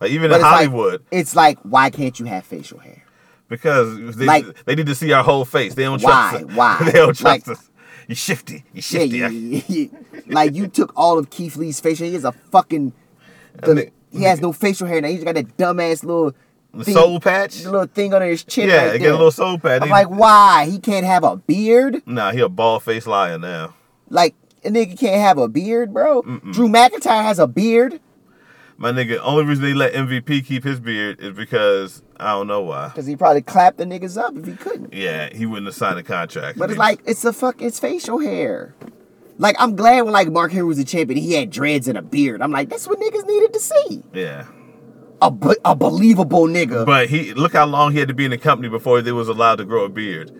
Speaker 1: Like even in
Speaker 2: it's like-
Speaker 1: Hollywood,
Speaker 2: it's like why can't you have facial hair?
Speaker 1: because they,
Speaker 2: Like-
Speaker 1: they need to see our whole face. They don't
Speaker 2: Why?
Speaker 1: trust us.
Speaker 2: Why?
Speaker 1: [LAUGHS] they don't trust
Speaker 2: Like-
Speaker 1: us. You shifty. You
Speaker 2: Yeah,
Speaker 1: shifty.
Speaker 2: yeah, yeah, yeah. like you took all of Keith Lee's facial. He is a fucking. the-
Speaker 1: nigga-
Speaker 2: he has no facial hair now. He's got that dumbass little
Speaker 1: The soul patch?
Speaker 2: the little thing under his chin.
Speaker 1: Yeah,
Speaker 2: right
Speaker 1: he got a
Speaker 2: there.
Speaker 1: little soul patch.
Speaker 2: I'm
Speaker 1: He-
Speaker 2: like, why he can't have a beard?
Speaker 1: Nah, he a bald faced liar now.
Speaker 2: Like a nigga can't have a beard, bro. Drew McIntyre has a beard
Speaker 1: My nigga, only reason they let MVP keep his beard is because I don't know why.
Speaker 2: because he probably clapped the niggas up if he couldn't.
Speaker 1: Yeah, he wouldn't have signed a contract.
Speaker 2: But it's like it's a fuck. It's facial hair. Like I'm glad when like Mark Henry was the champion, he had dreads and a beard. I'm like, that's what niggas needed to see.
Speaker 1: yeah.
Speaker 2: A, be- a believable nigga.
Speaker 1: But he look how long he had to be in the company before they was allowed to grow a beard.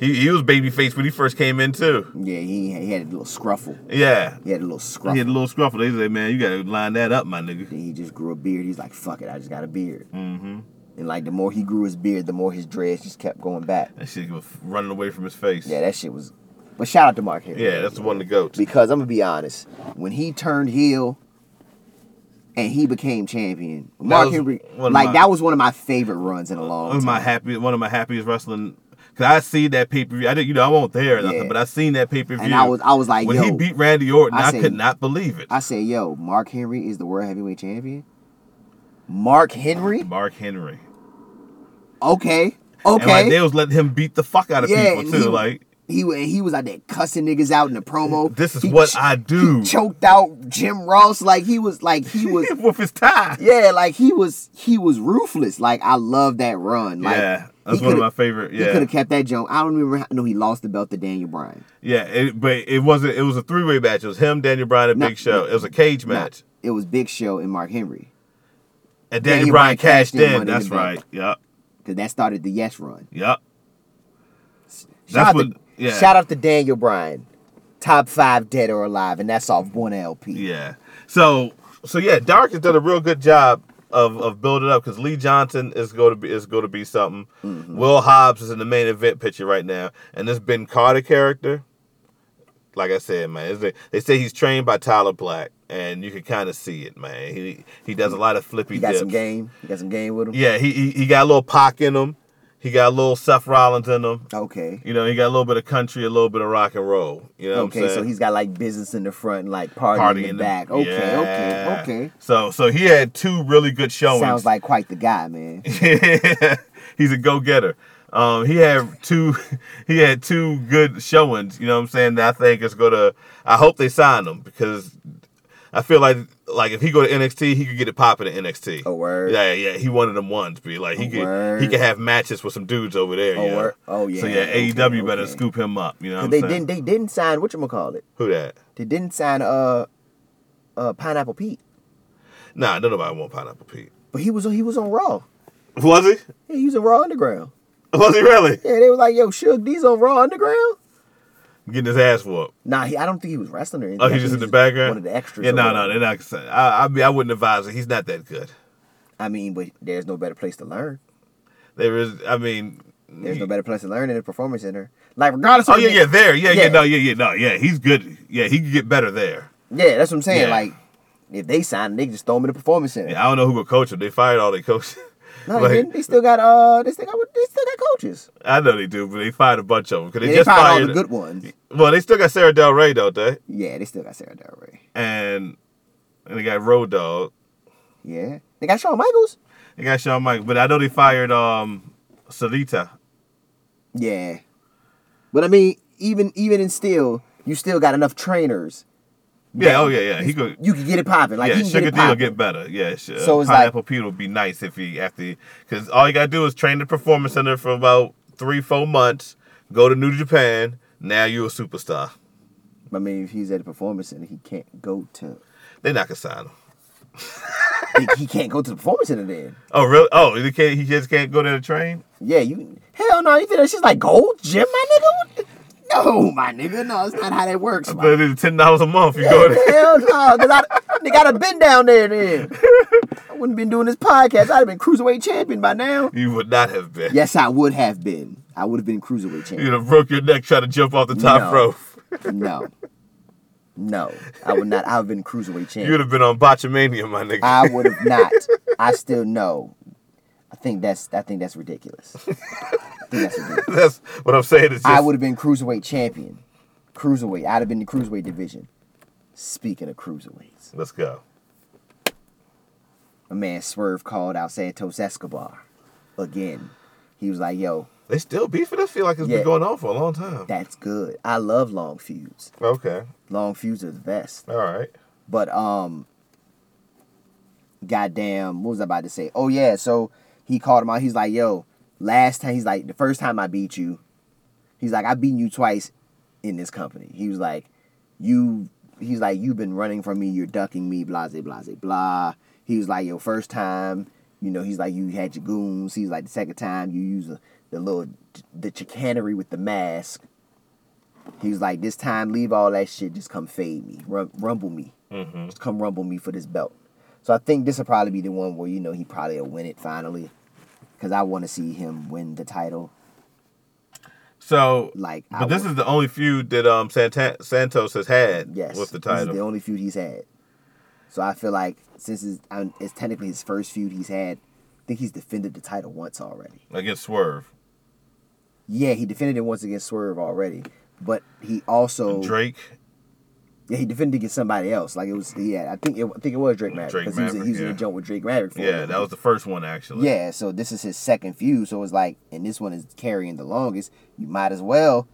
Speaker 1: He he was baby faced when he first came in too.
Speaker 2: Yeah, he he had a little scruffle.
Speaker 1: Yeah.
Speaker 2: He had a little
Speaker 1: He
Speaker 2: scruffle.
Speaker 1: had a little scruffle. They said, man, you gotta line that up, my nigga.
Speaker 2: Then he just grew a beard. He's like, fuck it, I just got a beard. Mm-hmm. And like the more he grew his beard, the more his dreads just kept going back.
Speaker 1: That shit was running away from his face.
Speaker 2: Yeah, that shit was. But shout out to Mark Henry.
Speaker 1: Yeah, that's the one to go to.
Speaker 2: Because I'm gonna be honest, when he turned heel and he became champion, Mark
Speaker 1: was
Speaker 2: Henry,
Speaker 1: one of
Speaker 2: like
Speaker 1: my-
Speaker 2: that was one of my favorite runs in a long
Speaker 1: One of
Speaker 2: time.
Speaker 1: my happy, one of my happiest wrestling. Cause I see that pay per view. I didn't, you know, I won't there or nothing,
Speaker 2: Yeah.
Speaker 1: but I seen that pay per view.
Speaker 2: And I was, I was like,
Speaker 1: when
Speaker 2: yo,
Speaker 1: he beat Randy Orton,
Speaker 2: I
Speaker 1: I,
Speaker 2: say-
Speaker 1: could not believe it.
Speaker 2: I say, yo, Mark Henry is the world heavyweight champion. Mark Henry,
Speaker 1: Mark Henry.
Speaker 2: okay,
Speaker 1: And like
Speaker 2: okay.
Speaker 1: they was letting him beat the fuck out of
Speaker 2: Yeah,
Speaker 1: people
Speaker 2: and
Speaker 1: too.
Speaker 2: he-
Speaker 1: like
Speaker 2: he wa- he was out there cussing niggas out in the promo.
Speaker 1: this is
Speaker 2: He
Speaker 1: what
Speaker 2: ch-
Speaker 1: I do
Speaker 2: choked out Jim Ross. Like he was, like he
Speaker 1: [LAUGHS]
Speaker 2: was,
Speaker 1: with his tie.
Speaker 2: yeah, like he was, he was ruthless. Like I love that run. Like,
Speaker 1: yeah,
Speaker 2: he
Speaker 1: that's one of
Speaker 2: coulda-
Speaker 1: my favorite.
Speaker 2: He could
Speaker 1: Yeah,
Speaker 2: have kept that joke. I don't remember. How, no, he lost the belt to Daniel Bryan.
Speaker 1: yeah. It, but it wasn't. It was a three way match. It was him, Daniel Bryan, and
Speaker 2: No,
Speaker 1: Big Show. It was a cage
Speaker 2: No,
Speaker 1: match,
Speaker 2: it was Big Show and Mark Henry
Speaker 1: and Daniel,
Speaker 2: Daniel
Speaker 1: Bryan
Speaker 2: Bryan
Speaker 1: cashed
Speaker 2: cashed in
Speaker 1: in.
Speaker 2: Money in
Speaker 1: That's
Speaker 2: the Bank.
Speaker 1: right. Yep,
Speaker 2: because that started the Yes Run.
Speaker 1: yep.
Speaker 2: Shout, out,
Speaker 1: That's
Speaker 2: to,
Speaker 1: what- yeah.
Speaker 2: shout out to Daniel Bryan, top five dead or alive, and that's off one LP.
Speaker 1: Yeah. So so yeah, Dark has done a real good job of of building up because Lee Johnson is going to be is going to be something.
Speaker 2: Mm-hmm.
Speaker 1: Will Hobbs is in the main event picture right now, and this Ben Carter character. Like I said, man, is they- they say he's trained by Tyler Black, and you can kind of see it, man. He he does a lot of flippy
Speaker 2: He got
Speaker 1: dips.
Speaker 2: some game. He got some game with him.
Speaker 1: Yeah, he, he he got a little Pac in him. He got a little Seth Rollins in him.
Speaker 2: Okay.
Speaker 1: You know, he got a little bit of country, a little bit of rock and roll. You know what
Speaker 2: okay,
Speaker 1: I'm saying?
Speaker 2: so he's got like business in the front, and, like party,
Speaker 1: party
Speaker 2: in the back. okay,
Speaker 1: Yeah. Oh,
Speaker 2: okay, okay.
Speaker 1: So so he had two really good showings. [LAUGHS]
Speaker 2: Sounds like quite the guy, man.
Speaker 1: he's a go getter. Um, he had two [LAUGHS] he had two good showings. You know what I'm saying? That I think is gonna. I hope they sign him because I feel like like if he go to NXT, he could get it popping at NXT.
Speaker 2: A word.
Speaker 1: Yeah, yeah. He one of them ones. Be like he
Speaker 2: A
Speaker 1: could he
Speaker 2: word.
Speaker 1: could have matches with some dudes over there.
Speaker 2: A
Speaker 1: yeah.
Speaker 2: word. Oh,
Speaker 1: So
Speaker 2: yeah,
Speaker 1: yeah,
Speaker 2: okay,
Speaker 1: AEW better
Speaker 2: okay.
Speaker 1: scoop him up. You know what
Speaker 2: 'Cause
Speaker 1: I'm
Speaker 2: they
Speaker 1: saying?
Speaker 2: didn't. They didn't sign what you call it.
Speaker 1: Who that?
Speaker 2: They didn't sign uh, uh, Pineapple Pete,
Speaker 1: Nah, don't nobody want Pineapple Pete.
Speaker 2: but he was he was on Raw.
Speaker 1: Was he?
Speaker 2: Yeah, he was in Raw Underground.
Speaker 1: Was he really?
Speaker 2: Yeah, they were like, "Yo, Suge, these on Raw Underground."
Speaker 1: Getting his ass whooped.
Speaker 2: Nah, he, I don't think he was wrestling or anything.
Speaker 1: Oh,
Speaker 2: I
Speaker 1: he's
Speaker 2: think
Speaker 1: just in
Speaker 2: he
Speaker 1: the
Speaker 2: was
Speaker 1: background.
Speaker 2: One of the extras.
Speaker 1: Yeah,
Speaker 2: or
Speaker 1: no,
Speaker 2: whatever.
Speaker 1: no, they're not. gonna- I, I mean, I wouldn't advise it. He's not that good.
Speaker 2: I mean, but there's no better place to learn.
Speaker 1: There is. I mean.
Speaker 2: There's
Speaker 1: he-
Speaker 2: no better place to learn than the performance center. Like regardless.
Speaker 1: Oh
Speaker 2: of
Speaker 1: yeah,
Speaker 2: the-
Speaker 1: yeah, there, yeah, yeah,
Speaker 2: Yeah.
Speaker 1: no, yeah, yeah, no, yeah. He's good. Yeah, he could get better there.
Speaker 2: Yeah, that's what I'm
Speaker 1: Yeah.
Speaker 2: saying. Like, if they sign, him, they can just throw him in the performance center.
Speaker 1: Yeah, I don't know who will coach him. They fired all their coaches.
Speaker 2: [LAUGHS] No,
Speaker 1: Like,
Speaker 2: they, didn't. they still got uh, they still got they still got coaches.
Speaker 1: I know they do, but they fired a bunch of them because they
Speaker 2: Yeah, they
Speaker 1: just
Speaker 2: fired all
Speaker 1: fired.
Speaker 2: the good ones.
Speaker 1: Well, they still got Sarah Del Rey, don't they?
Speaker 2: Yeah, they still got Sarah Del Rey.
Speaker 1: And and they got Road Dog.
Speaker 2: Yeah, they got Shawn Michaels.
Speaker 1: They got Shawn Michaels, but I know they fired um Salita.
Speaker 2: Yeah, but I mean, even even and still, you still got enough trainers.
Speaker 1: Yeah, oh yeah, yeah. He could.
Speaker 2: You can get it popping. Like
Speaker 1: yeah,
Speaker 2: he can
Speaker 1: sugar
Speaker 2: get it
Speaker 1: D will
Speaker 2: popping.
Speaker 1: get better. Yeah, sure.
Speaker 2: So it's like-
Speaker 1: pineapple Pete will be nice if he after because all you gotta do is train the performance center for about three, four months. Go to New Japan. Now you're a superstar.
Speaker 2: I mean, if he's at a performance center, he can't go to.
Speaker 1: They're not gonna sign him.
Speaker 2: he, he can't go to the performance center then.
Speaker 1: Oh really? Oh, he can't. He just can't go to the train.
Speaker 2: Yeah, you. Hell no, you think that shit's like gold gym, my nigga? What? No, my nigga, no, it's not how that works. my
Speaker 1: But it's ten dollars a month. You
Speaker 2: [LAUGHS]
Speaker 1: go there.
Speaker 2: Hell no, because I, nigga, I'd have been down there then. I wouldn't have been doing this podcast. I'd have been cruiserweight champion by now.
Speaker 1: You would not have been.
Speaker 2: Yes, I would have been. I would have been cruiserweight champion.
Speaker 1: You'd have broke your neck trying to jump off the top
Speaker 2: No.
Speaker 1: rope.
Speaker 2: No. No. I would not. I would have been cruiserweight
Speaker 1: You'd
Speaker 2: champion.
Speaker 1: have been on Botchamania, my nigga. [LAUGHS]
Speaker 2: I would have not. I still know. I think that's I think that's ridiculous. I think that's
Speaker 1: That's
Speaker 2: ridiculous.
Speaker 1: what I'm saying. It's just,
Speaker 2: I would have been cruiserweight champion. Cruiserweight. I'd have been the cruiserweight division. Speaking of cruiserweights,
Speaker 1: Let's go.
Speaker 2: a man Swerve called out Santos Escobar again. He was like, yo,
Speaker 1: They still beefing. I feel like it's
Speaker 2: Yeah.
Speaker 1: been going on for a long time.
Speaker 2: that's good. I love long feuds.
Speaker 1: Okay.
Speaker 2: Long feuds are the best.
Speaker 1: All right.
Speaker 2: But um goddamn, what was I about to say? Oh yeah, so he called him out. He's like, yo, last time he's like, the first time I beat you, he's like, I've beaten you twice in this company. He was like, you he's like, you've been running from me, you're ducking me, blah blah blah blah, blah. He was like, yo, first time, you know, he's like, you had your goons. He's like, the second time you use the the little the chicanery with the mask. He was like, this time, leave all that shit. Just come fade me, rum- rumble me.
Speaker 1: Mm-hmm.
Speaker 2: Just come rumble me for this belt. So I think this will probably be the one where you know he probably will win it finally. because I want to see him win the title.
Speaker 1: So,
Speaker 2: Like,
Speaker 1: but
Speaker 2: I
Speaker 1: this
Speaker 2: would-
Speaker 1: is the only feud that um Santa- Santos has had
Speaker 2: Yes,
Speaker 1: with the
Speaker 2: This
Speaker 1: title.
Speaker 2: is the only feud he's had. So I feel like since it's, I- it's technically his first feud he's had, I think he's defended the title once already.
Speaker 1: against Swerve,
Speaker 2: Yeah, he defended it once against Swerve already, but he also
Speaker 1: Drake.
Speaker 2: yeah he defended against somebody else. Like it was yeah I think it, I think it was Drake Maverick
Speaker 1: Drake
Speaker 2: because he was, in- he was in the
Speaker 1: Maverick, yeah.
Speaker 2: jump with Drake Maverick. For a
Speaker 1: Yeah,
Speaker 2: minute.
Speaker 1: that was the first one actually.
Speaker 2: yeah. So this is his second feud. So it's like and this one is carrying the longest. You might as well.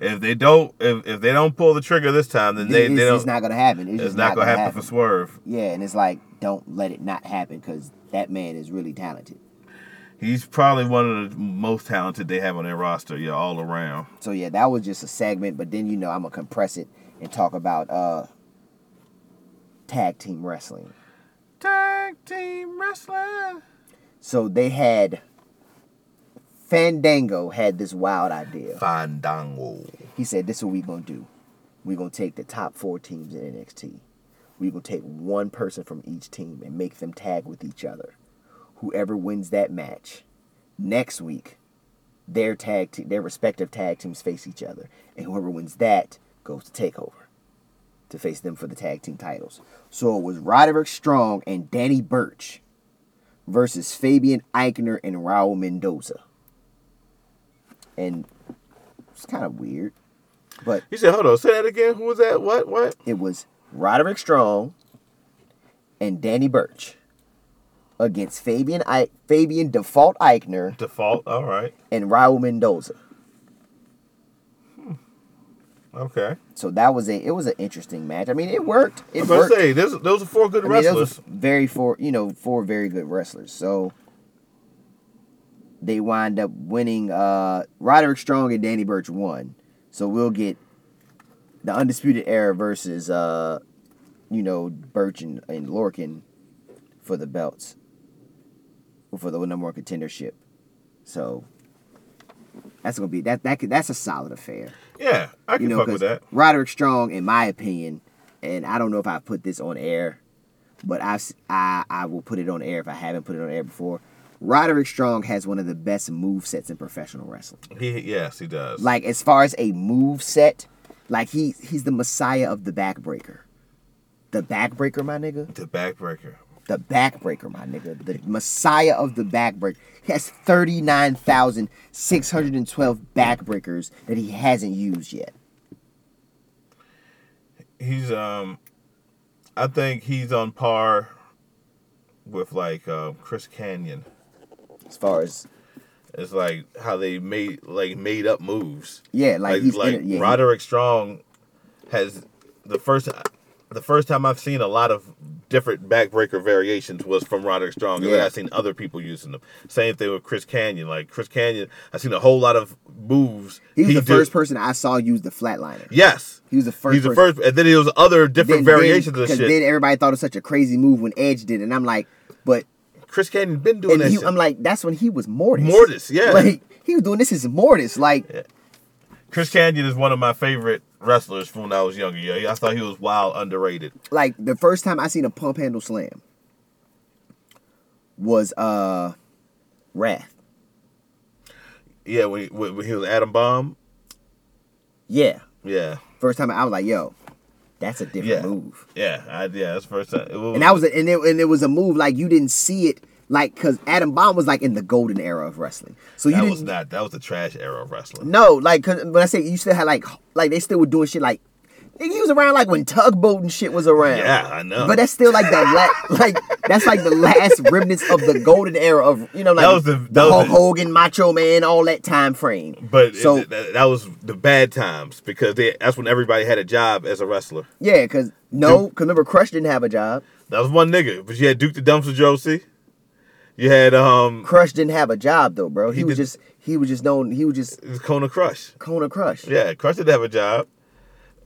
Speaker 1: If they don't, if, if they don't pull the trigger this time, then they,
Speaker 2: it's,
Speaker 1: they
Speaker 2: it's
Speaker 1: don't.
Speaker 2: not gonna happen. It's,
Speaker 1: it's
Speaker 2: just
Speaker 1: not gonna happen,
Speaker 2: happen.
Speaker 1: for Swerve.
Speaker 2: yeah, and it's like don't let it not happen because that man is really talented.
Speaker 1: He's probably one of the most talented they have on their roster. Yeah, all around.
Speaker 2: So yeah, that was just a segment, but then you know I'm gonna compress it and talk about uh tag team wrestling.
Speaker 1: Tag team wrestling.
Speaker 2: So they had Fandango had this wild idea.
Speaker 1: Fandango.
Speaker 2: He said, This is what we gonna do. We're gonna take the top four teams in NXT. We're gonna take one person from each team and make them tag with each other. Whoever wins that match next week, their tag te- their respective tag teams face each other. And whoever wins that goes to takeover to face them for the tag team titles. So it was Roderick Strong and Danny Burch versus Fabian Eichner and Raul Mendoza. And it's kind of weird, but
Speaker 1: He said, "Hold on, say that again. Who was that? What? What?"
Speaker 2: it was Roderick Strong and Danny Burch against Fabian I- Fabian Default Eichner
Speaker 1: Default. All right.
Speaker 2: and Raul Mendoza.
Speaker 1: Okay.
Speaker 2: So that was a it was an interesting match. I mean, it worked.
Speaker 1: I
Speaker 2: It
Speaker 1: was about
Speaker 2: worked.
Speaker 1: to say, those, those are four good
Speaker 2: I mean,
Speaker 1: wrestlers.
Speaker 2: those were very four, you know, four very good wrestlers. So they wind up winning. Uh, Roderick Strong and Danny Burch won. So we'll get the Undisputed Era versus, uh, you know, Burch and, and Lorkin for the belts, for the number one contendership. So that's gonna be that that could, that's a solid affair
Speaker 1: yeah, I can
Speaker 2: you know,
Speaker 1: fuck with
Speaker 2: because
Speaker 1: that.
Speaker 2: Roderick Strong, in my opinion, and I don't know if I put this on air, but I've, s- I I will put it on air if I haven't put it on air before. Roderick Strong has one of the best move sets in professional wrestling.
Speaker 1: He yes, he does.
Speaker 2: Like as far as a move set, like he he's the messiah of the backbreaker. The backbreaker, my nigga.
Speaker 1: the backbreaker.
Speaker 2: The backbreaker, my nigga. The messiah of the backbreaker. He has 39,612 backbreakers that he hasn't used yet.
Speaker 1: He's um, I think he's on par with like uh, Chris Canyon.
Speaker 2: As far as
Speaker 1: It's like how they made like made up moves.
Speaker 2: Yeah, like,
Speaker 1: Like
Speaker 2: he's
Speaker 1: like
Speaker 2: in it. Yeah, he-
Speaker 1: Roderick Strong has the first the first time I've seen a lot of different backbreaker variations was from Roderick Strong. And then
Speaker 2: Yeah.
Speaker 1: I've seen other people using them. Same thing with Chris Canyon. Like Chris Canyon, I've seen a whole lot of moves.
Speaker 2: He was the
Speaker 1: did-
Speaker 2: first person I saw use the flatliner.
Speaker 1: Yes.
Speaker 2: He was the first.
Speaker 1: He's the
Speaker 2: person.
Speaker 1: first, and then there was other different variations of
Speaker 2: Because
Speaker 1: this shit.
Speaker 2: then everybody thought it was such a crazy move when Edge did, it. and I'm like, but
Speaker 1: Chris Canyon been doing
Speaker 2: and
Speaker 1: that.
Speaker 2: he,
Speaker 1: shit.
Speaker 2: I'm like, that's when he was Mortis.
Speaker 1: Mortis, yeah.
Speaker 2: [LAUGHS] Like he was doing this is Mortis. Like
Speaker 1: Chris Canyon is one of my favorite wrestlers from when I was younger. Yeah, I thought he was wild underrated.
Speaker 2: like the first time I seen a pump handle slam was uh Wrath.
Speaker 1: Yeah, when he, when when he was Adam Bomb.
Speaker 2: Yeah.
Speaker 1: Yeah,
Speaker 2: First time I was like, yo, that's a different
Speaker 1: yeah,
Speaker 2: move.
Speaker 1: yeah, I, yeah. That's the first time. It was,
Speaker 2: And that was a, and it, and it was a move like you didn't see it like because Adam Bomb was like in the golden era of wrestling. So you
Speaker 1: that
Speaker 2: didn't
Speaker 1: was not that was the trash era of wrestling.
Speaker 2: No, like 'cause when I say you still had like like they still were doing shit like nigga, he was around like when tugboat and shit was around.
Speaker 1: Yeah, I know.
Speaker 2: But that's still like the
Speaker 1: [LAUGHS]
Speaker 2: la- like that's like the last remnants of the golden era of you know like
Speaker 1: That was the- that was
Speaker 2: Hulk
Speaker 1: the-
Speaker 2: Hogan, Macho Man, all that time frame.
Speaker 1: But it-
Speaker 2: so
Speaker 1: that, that was the bad times because they, that's when everybody had a job as a wrestler.
Speaker 2: yeah, because no, because remember Crush didn't have a job.
Speaker 1: That was one nigga. But you had Duke the Dumpster Josie. You had um
Speaker 2: Crush didn't have a job though, bro. He,
Speaker 1: He
Speaker 2: was
Speaker 1: did-
Speaker 2: just he was just known. He was just
Speaker 1: Kona Crush.
Speaker 2: Kona Crush.
Speaker 1: Yeah, Crush didn't have a job.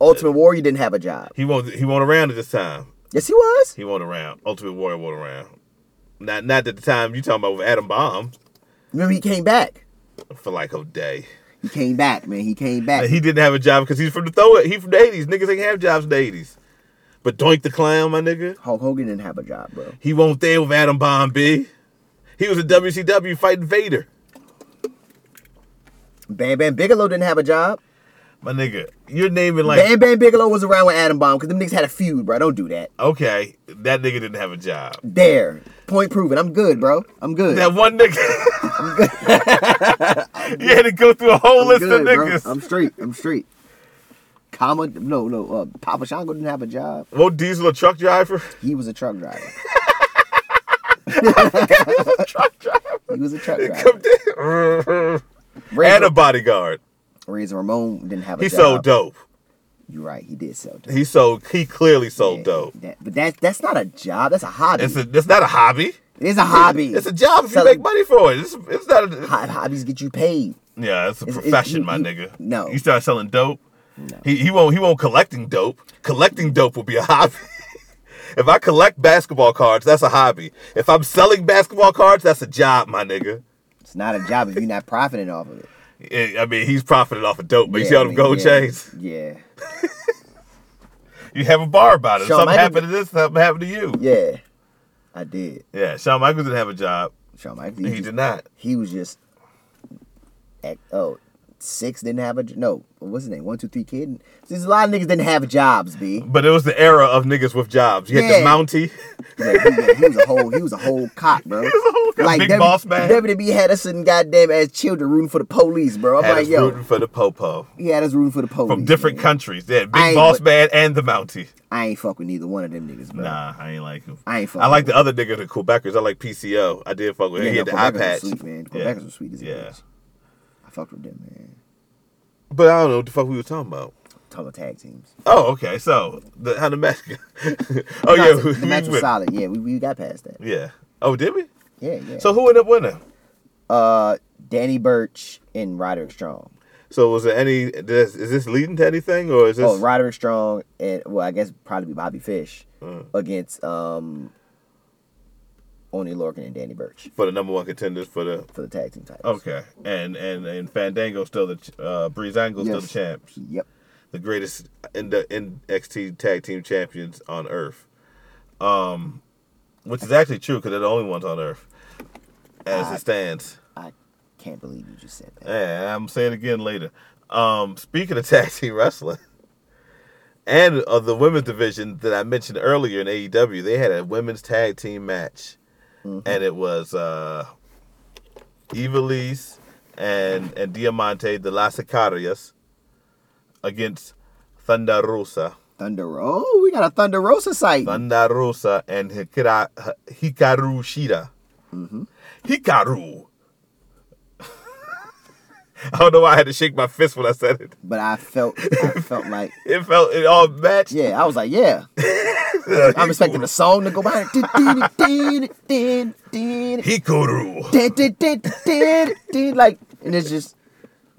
Speaker 2: Ultimate Warrior didn't have a job.
Speaker 1: He won't. He won't around at this time.
Speaker 2: Yes, he was.
Speaker 1: He won't around. Ultimate Warrior won't around. Not not at the time you talking about with Adam Bomb
Speaker 2: Remember he came back.
Speaker 1: for like a day.
Speaker 2: He came back, man. He came back.
Speaker 1: And he didn't have a job because he's from the throw. He from the eighties. Niggas ain't have jobs in the eighties. But Doink the Clown, my nigga,
Speaker 2: Hulk Hogan didn't have a job, bro.
Speaker 1: he won't there with Adam Bomb. B. He was in WCW fighting Vader.
Speaker 2: Bam Bam Bigelow didn't have a job.
Speaker 1: My nigga, you're naming like
Speaker 2: Bam Bam Bigelow was around with Adam Bomb because them niggas had a feud, bro. Don't do that.
Speaker 1: okay, that nigga didn't have a job.
Speaker 2: There. Point proven. I'm good, bro. I'm good.
Speaker 1: That one nigga. [LAUGHS] you had to go through a whole
Speaker 2: I'm
Speaker 1: list
Speaker 2: good,
Speaker 1: of
Speaker 2: bro.
Speaker 1: niggas.
Speaker 2: I'm straight. I'm straight. Comma, no, no. Uh, Papa Shango didn't have a job.
Speaker 1: Well, Diesel a truck driver.
Speaker 2: He was a truck
Speaker 1: [LAUGHS]
Speaker 2: driver. he was a truck driver.
Speaker 1: [LAUGHS] Come down. and
Speaker 2: Razor,
Speaker 1: a bodyguard.
Speaker 2: Razor Ramon didn't have a
Speaker 1: He
Speaker 2: job.
Speaker 1: sold dope.
Speaker 2: You're right. He did sell dope.
Speaker 1: He sold. He clearly sold
Speaker 2: Yeah,
Speaker 1: dope.
Speaker 2: that- but that that's not a job. That's a hobby.
Speaker 1: It's a. It's not a hobby.
Speaker 2: It is a hobby.
Speaker 1: [LAUGHS] It's a job if you
Speaker 2: Selling-
Speaker 1: make money for it. It's, it's not. A,
Speaker 2: Ho- hobbies get you paid.
Speaker 1: yeah, it's a
Speaker 2: it's-
Speaker 1: profession,
Speaker 2: you-
Speaker 1: my
Speaker 2: you-
Speaker 1: nigga.
Speaker 2: no.
Speaker 1: You start selling dope. He, he won't. He won't collecting dope. Collecting dope will be a hobby. [LAUGHS] if I collect basketball cards, that's a hobby. If I'm selling basketball cards, that's a job, my nigga.
Speaker 2: It's not a job if you're not profiting off of it.
Speaker 1: I I mean, he's profiting off of dope, but you
Speaker 2: Yeah,
Speaker 1: see all
Speaker 2: I
Speaker 1: them
Speaker 2: mean,
Speaker 1: gold
Speaker 2: yeah,
Speaker 1: chains.
Speaker 2: Yeah.
Speaker 1: You have a bar about it.
Speaker 2: Shawn
Speaker 1: something
Speaker 2: Michaels-
Speaker 1: happened to this. Something happened to you.
Speaker 2: Yeah. I did.
Speaker 1: Yeah, Shawn Michaels didn't have a job.
Speaker 2: Shawn Michaels.
Speaker 1: He,
Speaker 2: just-
Speaker 1: did not.
Speaker 2: he was just at, oh six didn't have a j- no what's his name one two three kid there's a lot of niggas didn't have jobs b
Speaker 1: But it was the era of niggas with jobs. You had
Speaker 2: Yeah.
Speaker 1: the Mountie.
Speaker 2: yeah, he, he was a whole he was a whole
Speaker 1: [LAUGHS]
Speaker 2: cop bro
Speaker 1: whole cop. Big boss man.
Speaker 2: WWE had us in goddamn ass children rooting for the police bro I'm
Speaker 1: had
Speaker 2: like
Speaker 1: us
Speaker 2: yo
Speaker 1: rooting for the Popo
Speaker 2: he had us rooting for the police
Speaker 1: from different
Speaker 2: man.
Speaker 1: countries. Yeah,
Speaker 2: I ain't
Speaker 1: Big Boss
Speaker 2: with-
Speaker 1: Man and the Mountie.
Speaker 2: I ain't fuck with neither one of them niggas bro
Speaker 1: Nah, I ain't like him.
Speaker 2: I ain't fuck
Speaker 1: I like
Speaker 2: with
Speaker 1: the other nigga, the Quebecers. I like PCO. I did fuck with him.
Speaker 2: yeah,
Speaker 1: he
Speaker 2: no,
Speaker 1: had the
Speaker 2: Quebecers
Speaker 1: eye patch.
Speaker 2: was sweet man
Speaker 1: Yeah.
Speaker 2: Quebecers was sweet as a
Speaker 1: Yeah.
Speaker 2: bitch I fucked with them man
Speaker 1: But I don't know what the fuck we were talking about.
Speaker 2: talking about tag teams
Speaker 1: Oh, okay. So the how the match? [LAUGHS] oh
Speaker 2: No,
Speaker 1: yeah,
Speaker 2: so the
Speaker 1: we
Speaker 2: match was
Speaker 1: win.
Speaker 2: solid yeah we, we got past that
Speaker 1: Yeah. Oh, did we?
Speaker 2: yeah yeah
Speaker 1: So who ended up winning?
Speaker 2: uh Danny Birch and Roderick Strong.
Speaker 1: So was there any? This, is this leading to anything, or is this?
Speaker 2: Oh, Roderick Strong and well, I guess probably Bobby Fish
Speaker 1: Mm.
Speaker 2: against um Oni Lorcan and Danny Birch
Speaker 1: for the number one contenders for the
Speaker 2: for the tag team titles.
Speaker 1: okay and and and Fandango still the ch- uh Breezango still the
Speaker 2: Yes.
Speaker 1: champs
Speaker 2: Yep.
Speaker 1: the greatest in the NXT tag team champions on earth um which is actually true because they're the only ones on earth as it stands
Speaker 2: I can't believe you just said that.
Speaker 1: and I'm saying it again later um speaking of tag team wrestling and of the women's division that I mentioned earlier in AEW they had a women's tag team match and it was uh Evilise and and Diamante de las Sicarias against Thunder Rosa.
Speaker 2: Thunder Oh, we got a Thunder Rosa site.
Speaker 1: Thunder Rosa and Hikira, H- Hikaru Shida.
Speaker 2: Mm-hmm.
Speaker 1: Hikaru. [LAUGHS] I don't know why I had to shake my fist when I said it.
Speaker 2: But I felt I felt like
Speaker 1: It felt it all matched.
Speaker 2: yeah, I was like, yeah. I'm expecting the song to go
Speaker 1: [LAUGHS]
Speaker 2: by.
Speaker 1: Hikaru. [LAUGHS]
Speaker 2: Like and it's just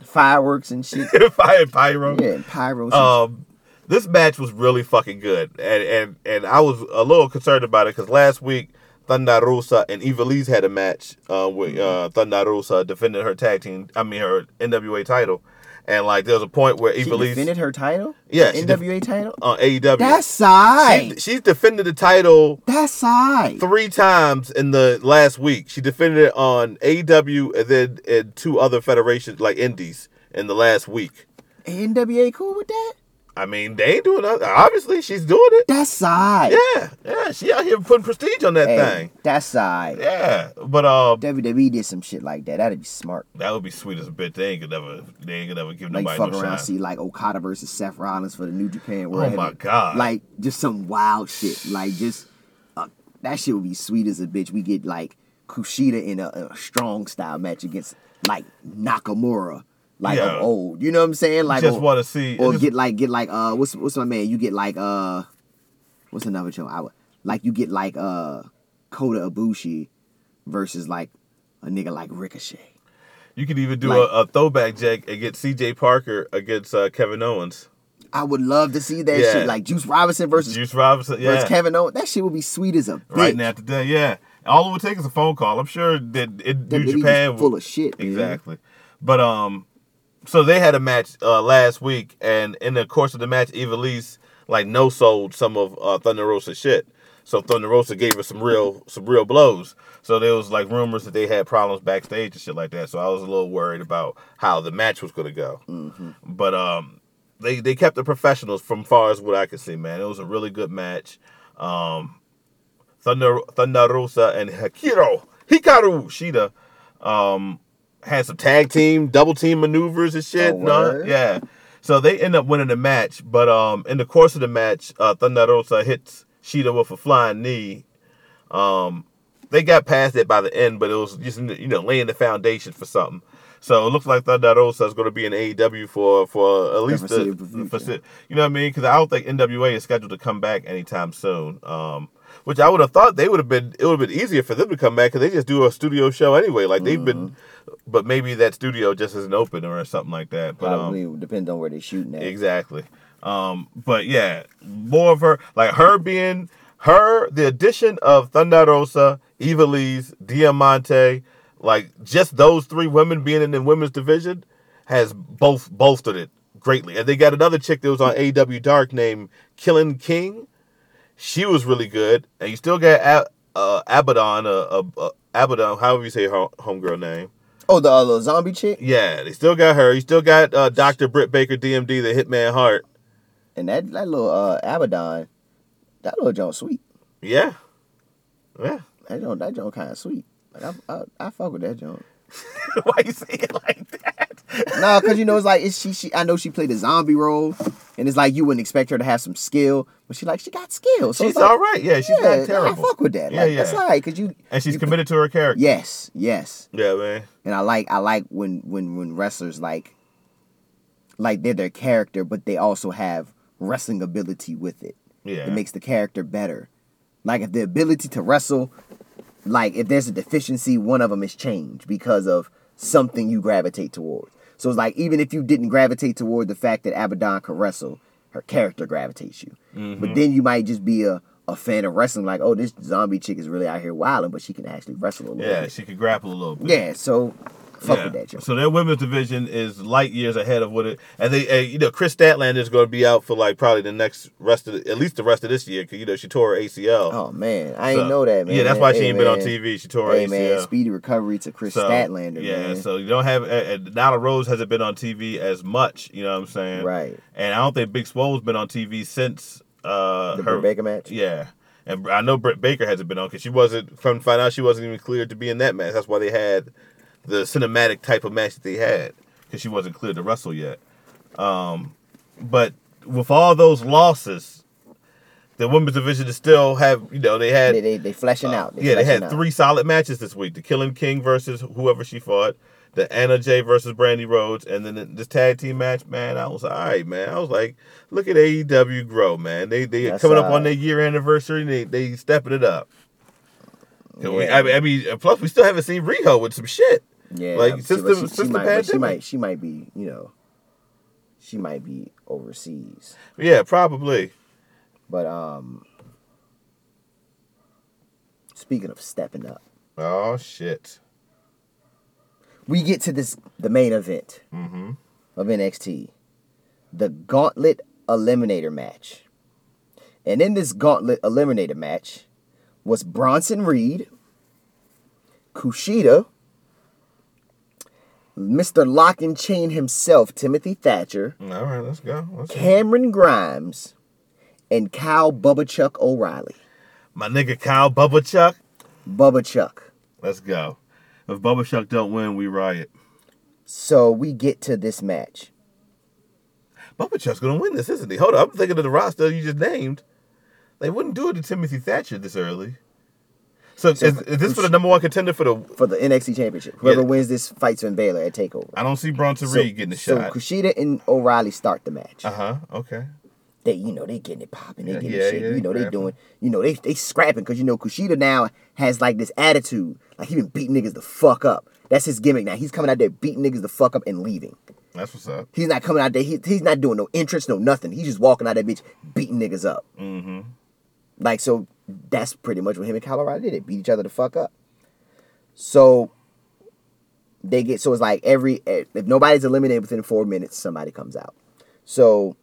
Speaker 2: fireworks and shit.
Speaker 1: Fire pyro.
Speaker 2: Yeah, and pyros.
Speaker 1: Um, this match was really fucking good, and and and I was a little concerned about it because last week Thunder Rosa and Evilise had a match uh, with
Speaker 2: Mm-hmm.
Speaker 1: uh, Thunder Rosa defending her tag team. I mean her NWA title, and like there was a point where
Speaker 2: she
Speaker 1: Evilise
Speaker 2: defended her title.
Speaker 1: Yeah,
Speaker 2: The
Speaker 1: she def-
Speaker 2: NWA title.
Speaker 1: on AEW.
Speaker 2: That's
Speaker 1: she,
Speaker 2: side.
Speaker 1: she's defended the title
Speaker 2: That's side.
Speaker 1: three times in the last week. She defended it on AEW and then in two other federations like Indies in the last week.
Speaker 2: NWA cool with that?
Speaker 1: I mean, they ain't doing nothing. Obviously, she's doing it.
Speaker 2: That's side.
Speaker 1: Yeah, yeah, she out here putting prestige on that
Speaker 2: Hey,
Speaker 1: thing.
Speaker 2: that's side.
Speaker 1: Yeah, but um,
Speaker 2: WWE did some shit like that. That'd be smart.
Speaker 1: that would be sweet as a bitch. They ain't gonna never, they ain't gonna never give
Speaker 2: Like
Speaker 1: nobody
Speaker 2: fuck
Speaker 1: no
Speaker 2: around,
Speaker 1: shine.
Speaker 2: see like Okada versus Seth Rollins for the New Japan
Speaker 1: oh
Speaker 2: World.
Speaker 1: my
Speaker 2: Heavy-
Speaker 1: god!
Speaker 2: Like just some wild shit. Like just uh, that shit would be sweet as a bitch. We get like Kushida in a, a strong style match against like Nakamura, like
Speaker 1: Yeah.
Speaker 2: of old. You know what I'm saying? Like
Speaker 1: just
Speaker 2: or-
Speaker 1: want to see.
Speaker 2: or
Speaker 1: just-
Speaker 2: get like get like uh what's what's my man? You get like uh what's another show? I would like you get like uh Kota Ibushi versus like a nigga like Ricochet.
Speaker 1: you could even do
Speaker 2: like-
Speaker 1: a, a throwback, Jake, and get C.J. Parker against uh, Kevin Owens,
Speaker 2: I would love to see that
Speaker 1: Yeah.
Speaker 2: shit. Like Juice Robinson versus,
Speaker 1: Juice Robinson, yeah,
Speaker 2: versus Kevin Owens. That shit would be sweet as a bitch.
Speaker 1: right now today, yeah. All it would take is a phone call. I'm sure that it,
Speaker 2: That
Speaker 1: New
Speaker 2: nigga
Speaker 1: Japan
Speaker 2: just full
Speaker 1: would-
Speaker 2: of shit. man.
Speaker 1: Exactly. But um, so they had a match uh, last week, and in the course of the match, Eva Lee's like no sold some of uh, Thunder Rosa's shit. So Thunder Rosa gave her some real some real blows. So there was like rumors that they had problems backstage and shit like that. So I was a little worried about how the match was gonna go.
Speaker 2: Mm-hmm.
Speaker 1: But um, they they kept the professionals from far as what I could see. Man, it was a really good match. Um, Thunder Thunder Rosa and Hikaru Hikaru Shida um, had some tag team double team maneuvers and shit.
Speaker 2: Oh,
Speaker 1: no,
Speaker 2: word?
Speaker 1: yeah. So they end up winning the match, but um, in the course of the match, uh, Thunder Rosa hits Sheeta with a flying knee. Um, they got past it by the end, but it was just you know laying the foundation for something. So it looks like Thunder Rosa is going to be in AEW for for at least the,
Speaker 2: foreseeable future.
Speaker 1: for si- you know what I mean? Because I don't think NWA is scheduled to come back anytime soon. Um, which I would have thought they would have been it would have been easier for them to come back because they just do a studio show anyway. Like they've been,
Speaker 2: Mm-hmm.
Speaker 1: but maybe that studio just isn't open or something like that. But um,
Speaker 2: Probably depends on where they're shooting at.
Speaker 1: Exactly. Um, but yeah, more of her, like her being her, the addition of Thunder Rosa, Eva Lee's, Diamante, like just those three women being in the women's division has both bolstered it greatly. And they got another chick that was on AW Dark named Killing King. She was really good, and you still got A- uh, Abaddon, uh, uh, uh, Abaddon, however you say her homegirl name.
Speaker 2: Oh, the uh, little zombie chick,
Speaker 1: Yeah, they still got her. You still got uh, Doctor Britt Baker, DMD, the Hitman Heart.
Speaker 2: and that that little uh, Abaddon, that little joint sweet.
Speaker 1: Yeah. Yeah.
Speaker 2: [LAUGHS] That joint, that joint kind of sweet. Like I, I, I fuck with that joint.
Speaker 1: Why you say it like that?
Speaker 2: No, because you know it's like it's she she I know she played a zombie role, and it's like you wouldn't expect her to have some skill, but she like she got skill. So
Speaker 1: She's
Speaker 2: it's like,
Speaker 1: all right. Yeah, she's
Speaker 2: yeah,
Speaker 1: not terrible.
Speaker 2: I fuck with that.
Speaker 1: Yeah,
Speaker 2: Like,
Speaker 1: yeah.
Speaker 2: That's all right, cause you
Speaker 1: and she's
Speaker 2: you-
Speaker 1: committed to her character.
Speaker 2: Yes, yes,
Speaker 1: Yeah, man.
Speaker 2: and I like I like when when when wrestlers like like they're their character, but they also have wrestling ability with it.
Speaker 1: Yeah.
Speaker 2: It makes the character better. Like if the ability to wrestle, like if there's a deficiency, one of them is changed because of something you gravitate towards. So it's like even if you didn't gravitate toward the fact that Abaddon could wrestle, her character gravitates you.
Speaker 1: Mm-hmm.
Speaker 2: But then you might just be a, a fan of wrestling, like, oh, this zombie chick is really out here wilding, but she can actually wrestle a little
Speaker 1: Yeah,
Speaker 2: bit.
Speaker 1: she could grapple a little bit.
Speaker 2: Yeah, so fuck
Speaker 1: Yeah.
Speaker 2: with that, yo.
Speaker 1: So their women's division is light years ahead of what it, and they, and, you know, Chris Statlander is going to be out for like probably the next rest of, the, at least the rest of this year, because you know she tore her ACL.
Speaker 2: Oh man, I
Speaker 1: So-
Speaker 2: ain't know that, man.
Speaker 1: Yeah, that's why she
Speaker 2: Hey,
Speaker 1: ain't been on
Speaker 2: man.
Speaker 1: TV. She tore her
Speaker 2: Hey
Speaker 1: ACL.
Speaker 2: man, speedy recovery to Chris Statlander,
Speaker 1: yeah,
Speaker 2: man.
Speaker 1: so you don't have and and Nyla Rose hasn't been on TV as much. You know what I'm saying?
Speaker 2: Right.
Speaker 1: And I don't think Big Swole's been on TV since uh,
Speaker 2: the
Speaker 1: her
Speaker 2: Britt Baker match.
Speaker 1: Yeah, and I know Britt Baker hasn't been on because she wasn't. From find out, she wasn't even cleared to be in that match. That's why they had the cinematic type of match that they had because she wasn't cleared to wrestle yet. Um, but with all those losses, the women's division is still have you know they had
Speaker 2: They they, they fleshing out. They
Speaker 1: Uh, yeah, they
Speaker 2: fleshing
Speaker 1: had
Speaker 2: out.
Speaker 1: three solid matches this week: the Killing King versus whoever she fought, the Anna J versus Brandy Rhodes, and then the- this tag team match. Man, I was all right, man. I was like, look at AEW grow, man. They they
Speaker 2: That's uh,
Speaker 1: coming up on
Speaker 2: alright.
Speaker 1: their year anniversary. And they they stepping it up. And we-
Speaker 2: Yeah.
Speaker 1: I, mean, I mean, plus we still haven't seen Riho with some shit.
Speaker 2: Yeah,
Speaker 1: like,
Speaker 2: but
Speaker 1: since
Speaker 2: but
Speaker 1: the-
Speaker 2: she,
Speaker 1: since the
Speaker 2: might, but she
Speaker 1: pandemic.
Speaker 2: might she might be you know, she might be overseas,
Speaker 1: Yeah, probably.
Speaker 2: but um. Speaking of stepping up,
Speaker 1: Oh shit.
Speaker 2: we get to this the main event of NXT, the Gauntlet Eliminator match, and in this Gauntlet Eliminator match was Bronson Reed, Kushida, Mister Lock and Chain himself, Timothy Thatcher,
Speaker 1: Mm, All right, let's go. Let's go.
Speaker 2: Cameron Grimes, and Kyle Bubba Chuck O'Reilly.
Speaker 1: My nigga Kyle Bubba Chuck.
Speaker 2: Bubba Chuck.
Speaker 1: Let's go. If Bubba Chuck don't win, we riot.
Speaker 2: So we get to this match.
Speaker 1: Bubba Chuck's gonna win this, isn't he? Hold up, I'm thinking of the roster you just named. They wouldn't do it to Timothy Thatcher this early. So, is, is this for the number one contender for the?
Speaker 2: For the NXT Championship, whoever
Speaker 1: Yeah.
Speaker 2: wins this fights Finn Baylor at Takeover.
Speaker 1: I don't see Bronson Reed getting a
Speaker 2: so
Speaker 1: shot.
Speaker 2: Kushida and O'Reilly start the match.
Speaker 1: Uh huh. Okay.
Speaker 2: They, you know, they getting it popping. They
Speaker 1: Yeah,
Speaker 2: getting
Speaker 1: yeah,
Speaker 2: shit.
Speaker 1: yeah,
Speaker 2: you know, they
Speaker 1: grappling.
Speaker 2: doing. You know, they they scrapping because you know Kushida now has like this attitude, like he been beating niggas the fuck up. That's his gimmick now. He's coming out there beating niggas the fuck up and leaving.
Speaker 1: That's what's up.
Speaker 2: He's not coming out there. He, he's not doing no entrance, no nothing. He's just walking out that bitch beating niggas up. Mm-hmm. Like so, that's pretty much what him and Colorado did. They beat each other the fuck up. So they get so it's like every e, if nobody's eliminated within four minutes, somebody comes out. So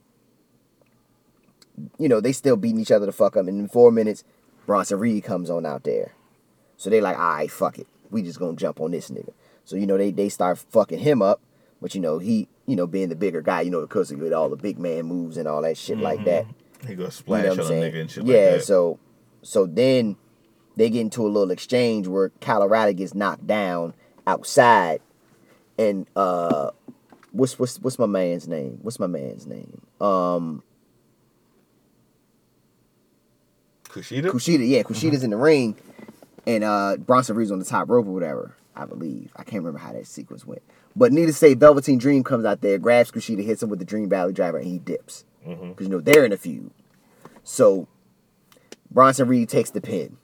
Speaker 2: you know they still beating each other the fuck up, and in four minutes, Bronson Reed comes on out there. So they like, all right, fuck it. We just gonna jump on this nigga. So you know they they start fucking him up, but you know he you know being the bigger guy, you know of course he with all the big man moves and all that shit like that.
Speaker 1: He gonna
Speaker 2: You know
Speaker 1: splash Mm-hmm.
Speaker 2: what
Speaker 1: on
Speaker 2: I'm
Speaker 1: a
Speaker 2: saying?
Speaker 1: nigga and shit
Speaker 2: yeah.
Speaker 1: like that.
Speaker 2: So so then they get into a little exchange where Colorado gets knocked down outside, and uh, what's what's what's my man's name? What's my man's name? Um,
Speaker 1: Kushida?
Speaker 2: Kushida. Yeah, Kushida's in the ring, and uh, Bronson Reed's on the top rope or whatever. I believe I can't remember how that sequence went, but needless to say, Velveteen Dream comes out there, grabs Kushida, hits him with the Dream Valley Driver, and he dips because you know they're in a feud. So Bronson Reed takes the pin.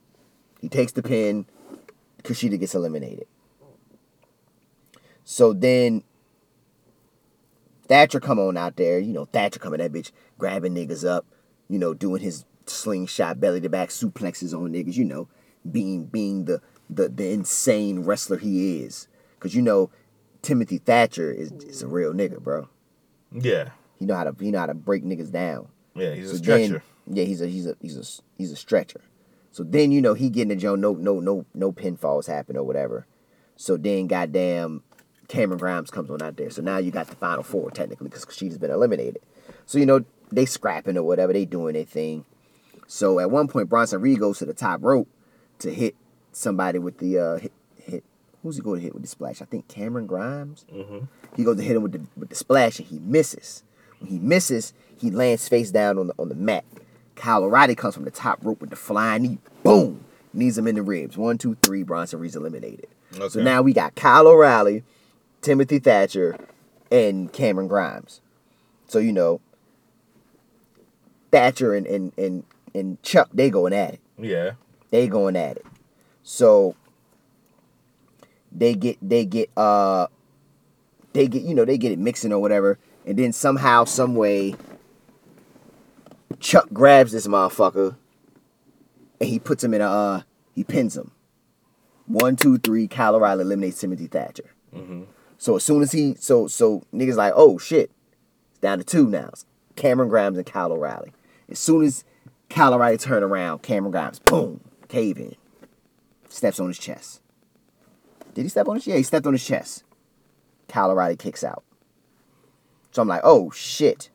Speaker 2: He takes the pin. Kushida gets eliminated. So then Thatcher come on out there. You know, Thatcher coming that bitch, grabbing niggas up. You know, doing his slingshot belly to back suplexes on niggas. You know, being being the the, the insane wrestler he is. Cause you know, Timothy Thatcher is, is a real nigga, bro.
Speaker 1: Yeah.
Speaker 2: He know how to he know how to break niggas down.
Speaker 1: Yeah, he's a
Speaker 2: So
Speaker 1: stretcher.
Speaker 2: Then, yeah, he's a he's a he's a he's a stretcher. So then you know he getting a Joe, no no no no pinfalls happen or whatever. So then goddamn Cameron Grimes comes on out there. So now you got the final four technically because Kushida's been eliminated. So you know they scrapping or whatever they doing their thing. So at one point Bronson Reed goes to the top rope to hit somebody with the uh, hit, hit who's he going to hit with the splash? I think Cameron Grimes. He goes to hit him with the with the splash and he misses. When he misses, he lands face down on the on the mat. Colorado comes from the top rope with the flying knee. Boom! Knees him in the ribs. One, two, three. Bronson Reed's eliminated. So
Speaker 1: Okay.
Speaker 2: now we got Kyle O'Reilly, Timothy Thatcher, and Cameron Grimes. So you know, Thatcher and and and, and Chuck they going at it
Speaker 1: Yeah.
Speaker 2: they going at it. So they get they get uh they get you know they get it mixing or whatever, and then somehow some way Chuck grabs this motherfucker and he puts him in a uh, he pins him. One two three, Kyle O'Reilly eliminates Timothy Thatcher. So as soon as he so so niggas like oh shit, it's down to two now. It's Cameron Grimes and Kyle O'Reilly. As soon as Kyle O'Reilly turned around, Cameron Grimes boom cave in, steps on his chest. Did he step on his? Yeah, he stepped on his chest. Kyle O'Reilly kicks out. So I'm like, oh shit,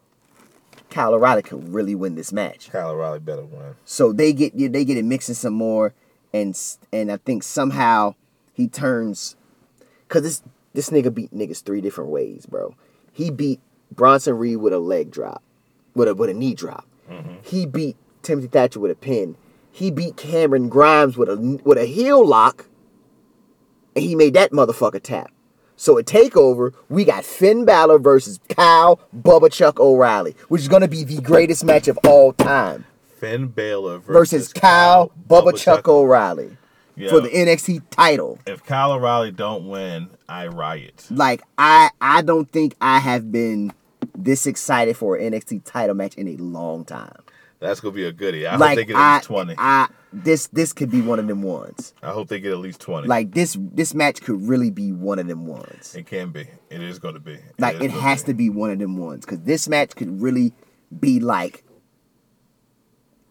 Speaker 2: Kyle O'Reilly could really win this match.
Speaker 1: Kyle O'Reilly better win.
Speaker 2: So they get yeah, they get it mixing some more, and s- and I think somehow he turns, cause this this nigga beat niggas three different ways, bro. He beat Bronson Reed with a leg drop, with a with a knee drop. He beat Timothy Thatcher with a pin. He beat Cameron Grimes with a with a heel lock, and he made that motherfucker tap. So at Takeover, we got Finn Balor versus Kyle Bubba Chuck O'Reilly, which is gonna be the greatest match of all time
Speaker 1: Finn Balor versus,
Speaker 2: versus Kyle Bubba Chuck O'Reilly
Speaker 1: Yeah.
Speaker 2: for the NXT title.
Speaker 1: If Kyle O'Reilly don't win, I riot.
Speaker 2: Like I, I don't think I have been this excited for an NXT title match in a long time.
Speaker 1: That's gonna be a goodie. I
Speaker 2: like
Speaker 1: hope they get at
Speaker 2: I,
Speaker 1: least twenty. I,
Speaker 2: I, this this could be one of them ones.
Speaker 1: hope they get at least twenty.
Speaker 2: Like this this match could really be one of them ones.
Speaker 1: it can be. It is gonna be.
Speaker 2: Like
Speaker 1: is
Speaker 2: it
Speaker 1: gonna
Speaker 2: has
Speaker 1: be.
Speaker 2: to be one of them ones because this match could really be like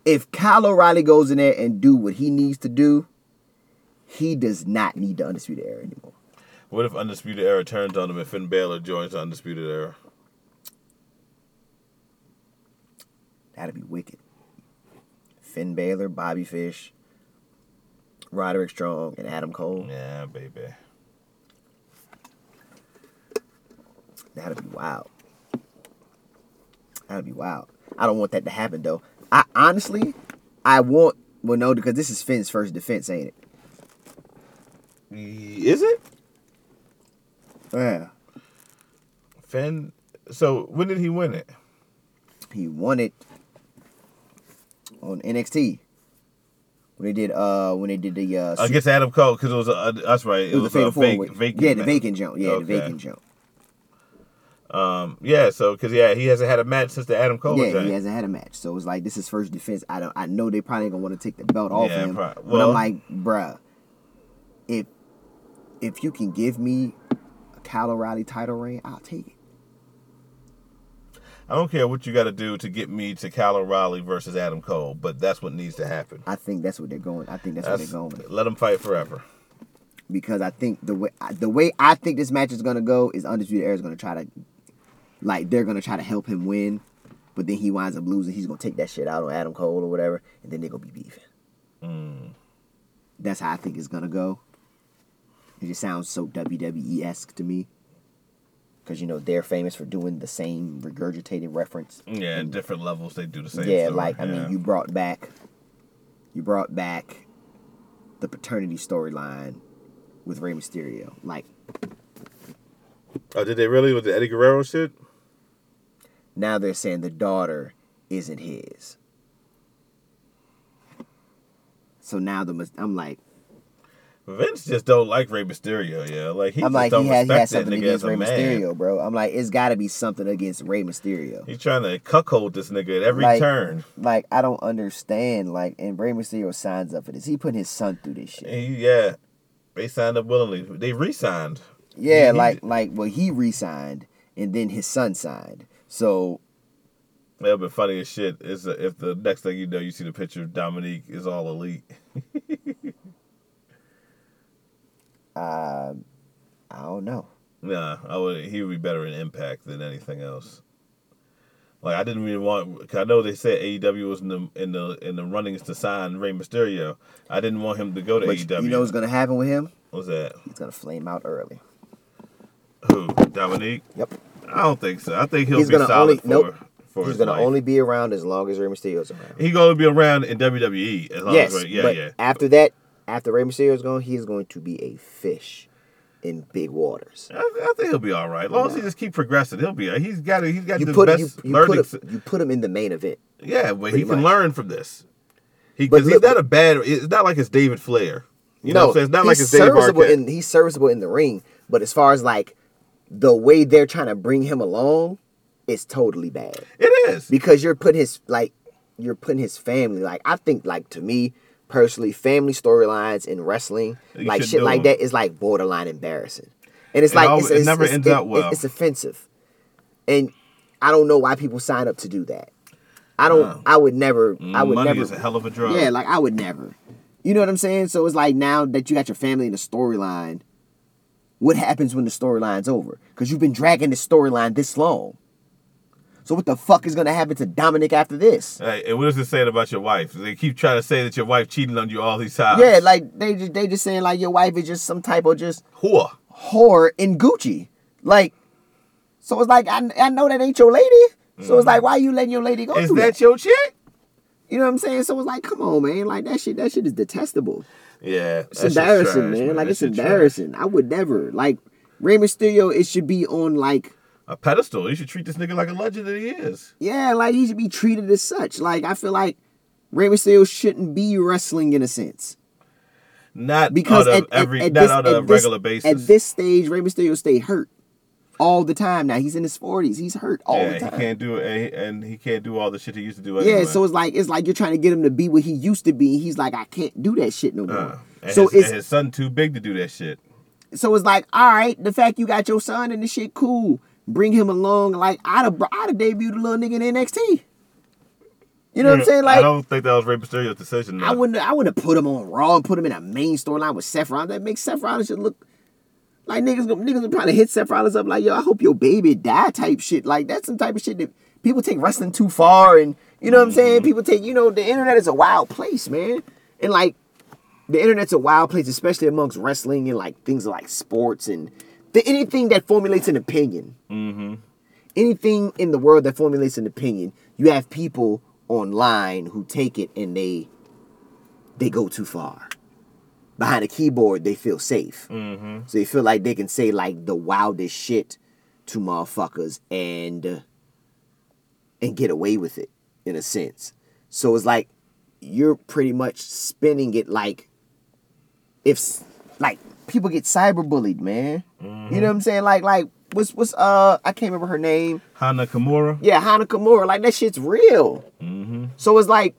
Speaker 2: if Kyle O'Reilly goes in there and do what he needs to do, he does not need the undisputed era anymore.
Speaker 1: What if Undisputed Era turns on him and Finn Balor joins the Undisputed Era?
Speaker 2: That'd be wicked. Finn Balor, Bobby Fish, Roderick Strong, and Adam Cole.
Speaker 1: Yeah, baby.
Speaker 2: That'd be wild. That'd be wild. I don't want that to happen though. I honestly, I want well no because this is Finn's first defense, ain't it?
Speaker 1: Is it
Speaker 2: Yeah.
Speaker 1: Finn? So when did he win it?
Speaker 2: He won it on NXT when they did uh when they did the uh Super-
Speaker 1: Against Adam Cole because it was a, a, that's right. It,
Speaker 2: it was
Speaker 1: was,
Speaker 2: the
Speaker 1: a
Speaker 2: Fatal
Speaker 1: fake,
Speaker 2: Four-Way.
Speaker 1: vacant.
Speaker 2: Yeah, the
Speaker 1: match.
Speaker 2: vacant jump. Yeah, the
Speaker 1: Okay.
Speaker 2: vacant jump.
Speaker 1: Um, yeah. So because yeah, he hasn't had a match since the Adam Cole.
Speaker 2: Yeah,
Speaker 1: thing.
Speaker 2: he hasn't had a match, so it's like this is first defense. I don't. I know they probably ain't gonna want to take the belt off
Speaker 1: Yeah,
Speaker 2: him.
Speaker 1: prob-
Speaker 2: but
Speaker 1: well-
Speaker 2: I'm like, bruh, if if you can give me a Kyle O'Reilly title reign, I'll take it.
Speaker 1: I don't care what you got to do to get me to Kyle O'Reilly versus Adam Cole, but that's what needs to happen.
Speaker 2: I think that's what they're going. I think that's,
Speaker 1: That's,
Speaker 2: where they're going
Speaker 1: let them fight forever.
Speaker 2: because I think the way the way I think this match is gonna go is Undisputed Era is gonna try to, like they're gonna try to help him win, but then he winds up losing. He's gonna take that shit out on Adam Cole or whatever, and then they're gonna be beefing. That's how I think it's gonna go. It just sounds so WWE esque to me, because you know they're famous for doing the same regurgitated reference.
Speaker 1: Yeah, at different levels they do the same.
Speaker 2: Mm. yeah,
Speaker 1: story.
Speaker 2: like I
Speaker 1: Yeah.
Speaker 2: mean, you brought back, you brought back, the paternity storyline with Rey Mysterio. Like
Speaker 1: Oh, did they really with the Eddie Guerrero shit?
Speaker 2: now they're saying the daughter isn't his. So now the mis- I'm like
Speaker 1: Vince just don't like Rey Mysterio. Yeah, like he
Speaker 2: I'm
Speaker 1: just
Speaker 2: like
Speaker 1: don't
Speaker 2: he has, he
Speaker 1: respect
Speaker 2: has
Speaker 1: that
Speaker 2: something
Speaker 1: nigga as
Speaker 2: against
Speaker 1: a
Speaker 2: Rey
Speaker 1: man.
Speaker 2: Mysterio, bro. I'm like it's got to be something against Rey Mysterio.
Speaker 1: He's trying to cuckold this nigga at every
Speaker 2: Like-
Speaker 1: turn.
Speaker 2: Like I don't understand. Like and Rey Mysterio signs up for this. He putting his son through this shit.
Speaker 1: And he- yeah, they signed up willingly. They re-signed.
Speaker 2: Yeah,
Speaker 1: He-
Speaker 2: like like well he re-signed and then his son signed. So
Speaker 1: That would be funny as shit. Is if the next thing you know, you see the picture of Dominique is all elite.
Speaker 2: uh, I don't know.
Speaker 1: Nah, I would. He would be better in Impact than anything else. Like I didn't really want. Cause I know they said AEW was in the in the in the runnings to sign Rey Mysterio. I didn't want him to go to E
Speaker 2: But
Speaker 1: AEW.
Speaker 2: you know what's gonna happen with him?
Speaker 1: What's that?
Speaker 2: He's gonna flame out early.
Speaker 1: Who? Dominique?
Speaker 2: Yep.
Speaker 1: I don't think so. I think he'll
Speaker 2: He's
Speaker 1: be
Speaker 2: gonna
Speaker 1: solid
Speaker 2: only-
Speaker 1: for
Speaker 2: nope.
Speaker 1: for
Speaker 2: He's
Speaker 1: his
Speaker 2: gonna
Speaker 1: life.
Speaker 2: only be around as long as Rey Mysterio's around.
Speaker 1: He gonna be around in WWE as long
Speaker 2: yes,
Speaker 1: as Rey- yeah
Speaker 2: but
Speaker 1: yeah.
Speaker 2: after that, after Rey Mysterio's gone, he is going to be a fish in big waters.
Speaker 1: I, I think he'll be all right. As long as he just keep progressing, he'll be. He's got it. He's got
Speaker 2: You
Speaker 1: the
Speaker 2: put him,
Speaker 1: best
Speaker 2: you, you
Speaker 1: learning.
Speaker 2: put
Speaker 1: s-
Speaker 2: him, you put him in the main event.
Speaker 1: yeah, but he
Speaker 2: pretty
Speaker 1: can
Speaker 2: much.
Speaker 1: learn from this. He
Speaker 2: But
Speaker 1: because he's
Speaker 2: look-
Speaker 1: not a bad. It's not like it's David Flair. You know what I'm saying? It's not like
Speaker 2: he's
Speaker 1: it's David
Speaker 2: serviceable
Speaker 1: Arquette.
Speaker 2: in he's serviceable in the ring, but as far as like the way they're trying to bring him along, it's totally bad.
Speaker 1: it is.
Speaker 2: because you're putting his like you're putting his family like I think like to me personally family storylines in wrestling
Speaker 1: You
Speaker 2: like
Speaker 1: should
Speaker 2: shit
Speaker 1: do
Speaker 2: like
Speaker 1: them.
Speaker 2: that is like borderline embarrassing and it's
Speaker 1: It
Speaker 2: like
Speaker 1: al-
Speaker 2: it's,
Speaker 1: it
Speaker 2: it's-
Speaker 1: never
Speaker 2: it's-
Speaker 1: ends
Speaker 2: it-
Speaker 1: out
Speaker 2: it-
Speaker 1: well.
Speaker 2: it's offensive and I don't know why people sign up to do that I don't I would never I would
Speaker 1: Money
Speaker 2: never
Speaker 1: is a hell of a drug.
Speaker 2: yeah like I would never you know what I'm saying so it's like now that you got your family in the storyline what happens when the storyline's over because you've been dragging the storyline this long so what the fuck is gonna happen to Dominic after this?
Speaker 1: Like, and what is it saying about your wife? They keep trying to say that your wife cheating on you all these times.
Speaker 2: Yeah, like they just they just saying like your wife is just some type of just
Speaker 1: whore.
Speaker 2: whore in Gucci. Like, so it's like I, I know that ain't your lady. So it's like why you letting your lady go
Speaker 1: Is
Speaker 2: through that?
Speaker 1: that your chick?
Speaker 2: you know what I'm saying? So it's like come on, man, like that shit that shit is detestable.
Speaker 1: Yeah,
Speaker 2: It's embarrassing, man. Like it's embarrassing. I would never like Rey Mysterio. It should be on like
Speaker 1: A pedestal. You should treat this nigga like a legend that he is.
Speaker 2: yeah, like he should be treated as such. Like I feel like Rey Mysterio shouldn't be wrestling in a sense.
Speaker 1: Not
Speaker 2: because
Speaker 1: on a,
Speaker 2: at, at-
Speaker 1: every,
Speaker 2: at
Speaker 1: not
Speaker 2: this,
Speaker 1: on a
Speaker 2: at this-
Speaker 1: regular basis.
Speaker 2: At this stage, Rey Mysterio stay hurt all the time. Now he's in his forties. He's hurt all
Speaker 1: yeah,
Speaker 2: the
Speaker 1: he
Speaker 2: time.
Speaker 1: can't do it, and he can't do all the shit he used to do.
Speaker 2: yeah,
Speaker 1: Anyway.
Speaker 2: so it's like it's like you're trying to get him to be what he used to be. He's like, I can't do that shit no more.
Speaker 1: Uh, and
Speaker 2: so
Speaker 1: his, and
Speaker 2: it's
Speaker 1: his son too big to do that shit.
Speaker 2: so it's like, all right, the fact you got your son and the shit, cool. Bring him along. Like I'd have I'd have debuted a little nigga in NXT. You know what I'm saying?
Speaker 1: I
Speaker 2: Like I,
Speaker 1: don't think that was Rey Mysterio's decision. though.
Speaker 2: wouldn't I wouldn't have put him on Raw and put him in a main storyline with Seth Rollins. That makes Seth Rollins should look Like niggas, gon- niggas are trying to hit Seth Rollins up like, yo, I hope your baby die type shit. Like that's some type of shit that people take wrestling too far, and you know what I'm saying. People take, you know, the internet is a wild place, man, and like the internet's a wild place, especially amongst wrestling and like things like sports and th- anything that formulates an opinion. Mm-hmm. Anything in the world that formulates an opinion, you have people online who take it and they they go too far. Behind a keyboard, they feel safe. So they feel like they can say like the wildest shit to motherfuckers and uh, and get away with it in a sense. So it's like you're pretty much spinning it like if s- like people get cyberbullied, man. You know what I'm saying? Like like what's what's uh I can't remember her name.
Speaker 1: Hana Kimura.
Speaker 2: Yeah, Hana Kimura. Like that shit's real. So it's like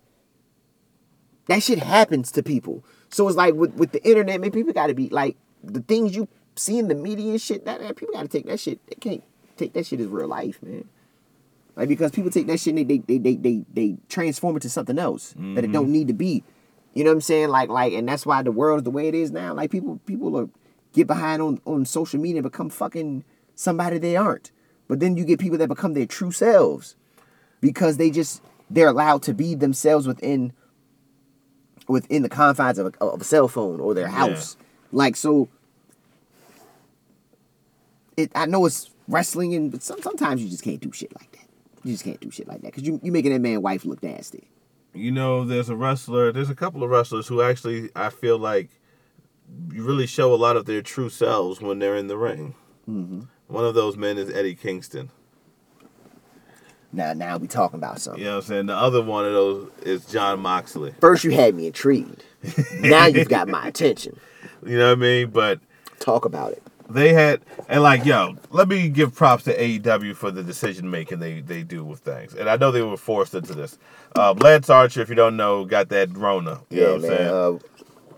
Speaker 2: that shit happens to people. So it's like with with the internet, man, people got to be like the things you see in the media and shit. That, that people got to take that shit. They can't take that shit as real life, man. Like because people take that shit and they they they they they, they transform it to something else that it don't need to be. You know what I'm saying? Like like and that's why the world is the way it is now. Like people people are get behind on on social media and become fucking somebody they aren't. But then you get people that become their true selves because they just they're allowed to be themselves within within the confines of a, of a cell phone or their house. Like so it I know it's wrestling and but some, sometimes you just can't do shit like that. You just can't do shit like that because you you making that man wife look nasty.
Speaker 1: You know, there's a wrestler, there's a couple of wrestlers who actually I feel like really show a lot of their true selves when they're in the ring.
Speaker 2: Mm-hmm.
Speaker 1: One of those men is Eddie Kingston.
Speaker 2: Now now we talking about something.
Speaker 1: You know what I'm saying? The other one of those is John Moxley.
Speaker 2: First you had me intrigued. now you've got my attention.
Speaker 1: You know what I mean? But
Speaker 2: Talk about it.
Speaker 1: they had and like yo, let me give props to AEW for the decision making they they do with things. And I know they were forced into this. Uh, Lance Archer, if you don't know, got that Rona. You know what I'm saying? Um,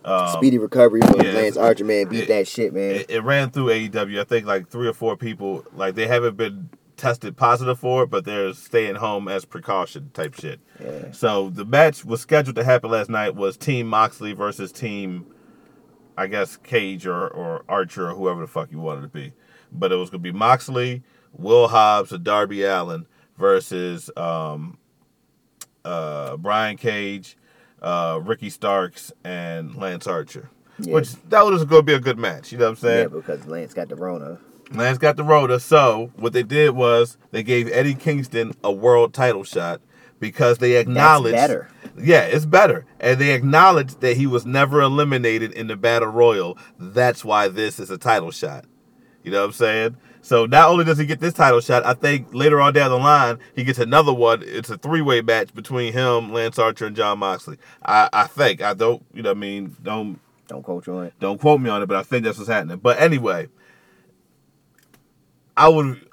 Speaker 2: Uh, speedy recovery from
Speaker 1: yeah.
Speaker 2: Lance Archer, man. Beat
Speaker 1: It-
Speaker 2: that shit, man.
Speaker 1: it, it ran through AEW. I think like three or four people like they haven't been tested positive for it, but they're staying home as precaution type shit.
Speaker 2: Yeah.
Speaker 1: So the match was scheduled to happen last night was Team Moxley versus Team, I guess Cage or or Archer or whoever the fuck you wanted to be, but it was gonna be Moxley, Will Hobbs, and Darby Allen versus um, uh, Brian Cage, uh, Ricky Starks, and Lance Archer.
Speaker 2: Yeah.
Speaker 1: Which that was going to be a good match. You know what I'm
Speaker 2: yeah,
Speaker 1: saying?
Speaker 2: because Lance got the Rona.
Speaker 1: Lance got the Rota. So what they did was they gave Eddie Kingston a world title shot because they acknowledged.
Speaker 2: better.
Speaker 1: Yeah, it's better, and they acknowledged that he was never eliminated in the battle royal. That's why this is a title shot. You know what I'm saying? So not only does he get this title shot, I think later on down the line he gets another one. It's a three-way match between him, Lance Archer, and John Moxley. I, I think I don't. You know, what I mean, don't
Speaker 2: Don't coach on it.
Speaker 1: don't quote me on it, but I think that's what's happening. But anyway, I would.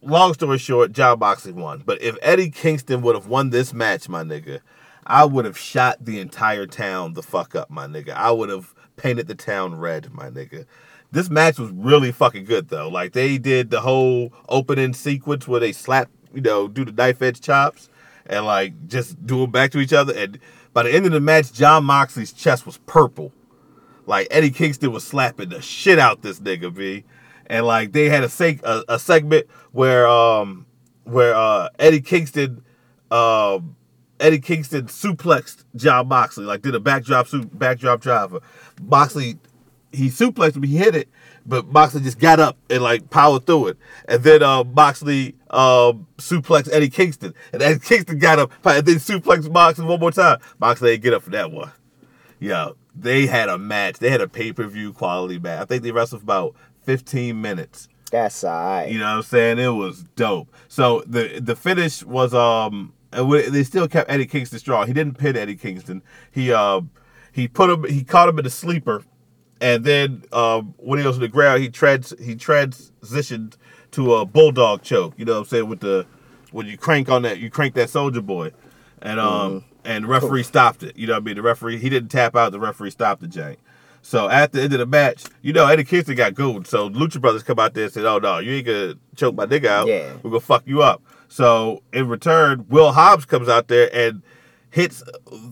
Speaker 1: Long story short, John Moxley won. But if Eddie Kingston would have won this match, my nigga, I would have shot the entire town the fuck up, my nigga. I would have painted the town red, my nigga. This match was really fucking good though. Like they did the whole opening sequence where they slap, you know, do the knife edge chops and like just do them back to each other. And by the end of the match, John Moxley's chest was purple. Like Eddie Kingston was slapping the shit out this nigga, B. And like they had a seg- a, a segment where um where uh Eddie Kingston um Eddie Kingston suplexed John Moxley, like did a backdrop su- backdrop driver. Moxley he suplexed him, he hit it, but Moxley just got up and like powered through it. And then uh, Moxley um, suplexed Eddie Kingston, and Eddie Kingston got up and then suplexed Moxley one more time. Moxley didn't get up for that one. Yo, they had a match. They had a pay per view quality match. I think they wrestled for about 15 minutes.
Speaker 2: That's alright.
Speaker 1: You know what I'm saying? It was dope. So the the finish was um it wa- they still kept Eddie Kingston strong. He didn't pin Eddie Kingston. He um he put him he caught him in the sleeper, and then um when he was on the ground he trans he transitioned to a bulldog choke. You know what I'm saying with the when you crank on that you crank that soldier boy, and um and the referee stopped it. You know what I mean? The referee he didn't tap out. The referee stopped the jank. So at the end of the match, you know, Eddie Kingston got gooned. So Lucha Brothers come out there and said, Oh no, you ain't gonna choke my nigga out.
Speaker 2: Yeah.
Speaker 1: We're gonna fuck you up. So in return, Will Hobbs comes out there and hits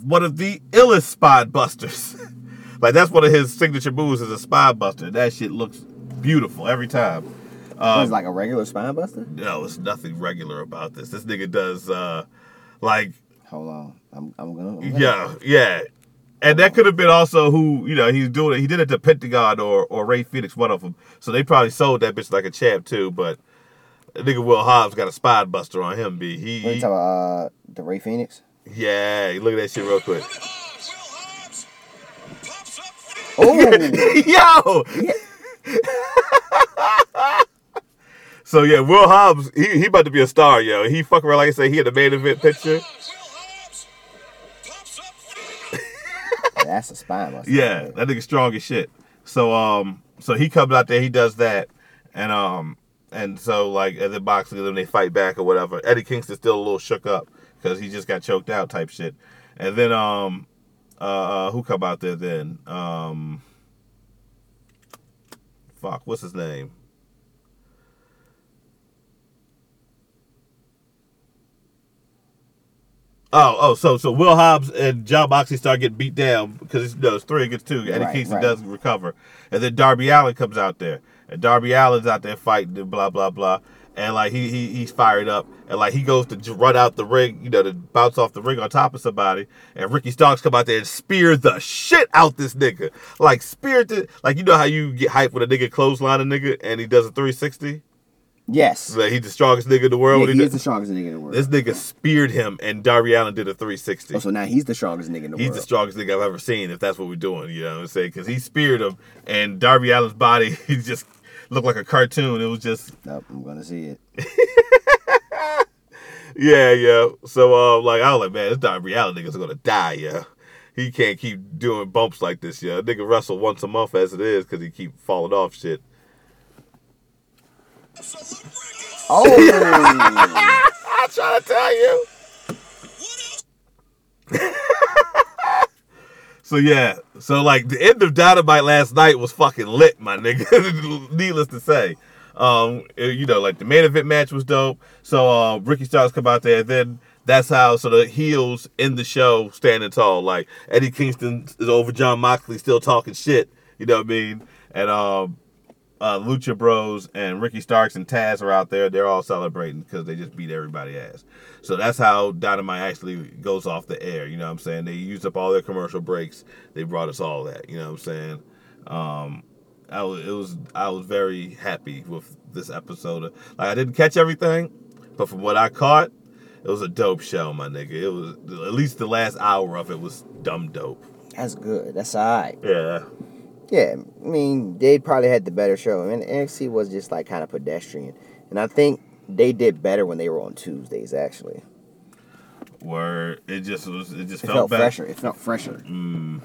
Speaker 1: one of the illest spine busters. [LAUGHS] like that's one of his signature moves is a spine buster. That shit looks beautiful every time.
Speaker 2: It
Speaker 1: um,
Speaker 2: was like a regular spine buster.
Speaker 1: No, it's nothing regular about this. This nigga does uh like
Speaker 2: Hold on, I'm I'm gonna. I'm gonna-
Speaker 1: yeah, yeah. And that could have been also who, you know, he's doing it. He did it to Pentagon or, or Ray Phoenix, one of them. So they probably sold that bitch like a champ too, but that nigga Will Hobbs got a spine buster on him, B. He,
Speaker 2: What are you talking about? Uh, the Ray Phoenix.
Speaker 1: Yeah, look at that shit real quick. [LAUGHS]
Speaker 2: [LAUGHS] Oh,
Speaker 1: Yo! [LAUGHS] so yeah, Will Hobbs, he, he about to be a star, yo. He fuck around like I said, he had the main event picture.
Speaker 2: that's a spine buster.
Speaker 1: Yeah, that nigga strong as shit. So um, so he comes out there, he does that, and um, and so like at the boxing, then they fight back or whatever. Eddie Kingston's still a little shook up because he just got choked out type shit. And then um, uh, uh who come out there then? Um, fuck, what's his name? Oh, oh, so so Will Hobbs and John Moxley start getting beat down because it's, no, it's three against two. Eddie
Speaker 2: Right,
Speaker 1: Kingston
Speaker 2: right.
Speaker 1: doesn't recover, and then Darby Allen comes out there, and Darby Allen's out there fighting and blah blah blah, and like he, he he's fired up, and like he goes to j- run out the ring, you know, to bounce off the ring on top of somebody, and Ricky Starks come out there and spear the shit out this nigga, like spear the like you know how you get hyped when a nigga clothesline a nigga and he does a three sixty,
Speaker 2: Yes.
Speaker 1: like he's the strongest nigga in the world.
Speaker 2: Yeah,
Speaker 1: when
Speaker 2: he
Speaker 1: he
Speaker 2: is the
Speaker 1: does-
Speaker 2: strongest nigga in the world.
Speaker 1: this nigga speared him, and Darby Allen did a three sixty.
Speaker 2: oh, so now he's the strongest nigga in the
Speaker 1: He's
Speaker 2: world.
Speaker 1: the strongest nigga I've ever seen, if that's what we're doing, you know what I'm saying? Because he speared him, and Darby Allen's body [LAUGHS] he just looked like a cartoon. It was just,
Speaker 2: Nope, I'm gonna see it.
Speaker 1: yeah, yeah. So, uh, like, I was like, man, this Darby Allen nigga's gonna die, yeah. He can't keep doing bumps like this, yeah. Nigga wrestle once a month as it is because he keep falling off shit.
Speaker 2: Oh,
Speaker 1: I'm trying to tell you. so yeah, so like the end of Dynamite last night was fucking lit, my nigga. [LAUGHS] Needless to say, um, eh, you know, like the main event match was dope. So uh, Ricky Starks come out there, then that's how so the heels in the show standing tall. Like Eddie Kingston is over John Moxley, still talking shit. You know what I mean? And um, uh, Lucha Bros and Ricky Starks and Taz are out there. They're all celebrating because they just beat everybody ass. So that's how Dynamite actually goes off the air. You know what I'm saying? They used up all their commercial breaks. They brought us all that. You know what I'm saying? Um, I was, it was I was very happy with this episode. Like I didn't catch everything, but from what I caught, it was a dope show, my nigga. It was at least the last hour of it was dumb dope.
Speaker 2: [LAUGHS] that's good. That's alright.
Speaker 1: Yeah.
Speaker 2: Yeah, I mean they probably had the better show, and NXT was just like kind of pedestrian. And I think they did better when they were on Tuesdays. Actually,
Speaker 1: Where it just was it just
Speaker 2: it
Speaker 1: felt, Mm.
Speaker 2: felt
Speaker 1: better.
Speaker 2: fresher. It felt fresher.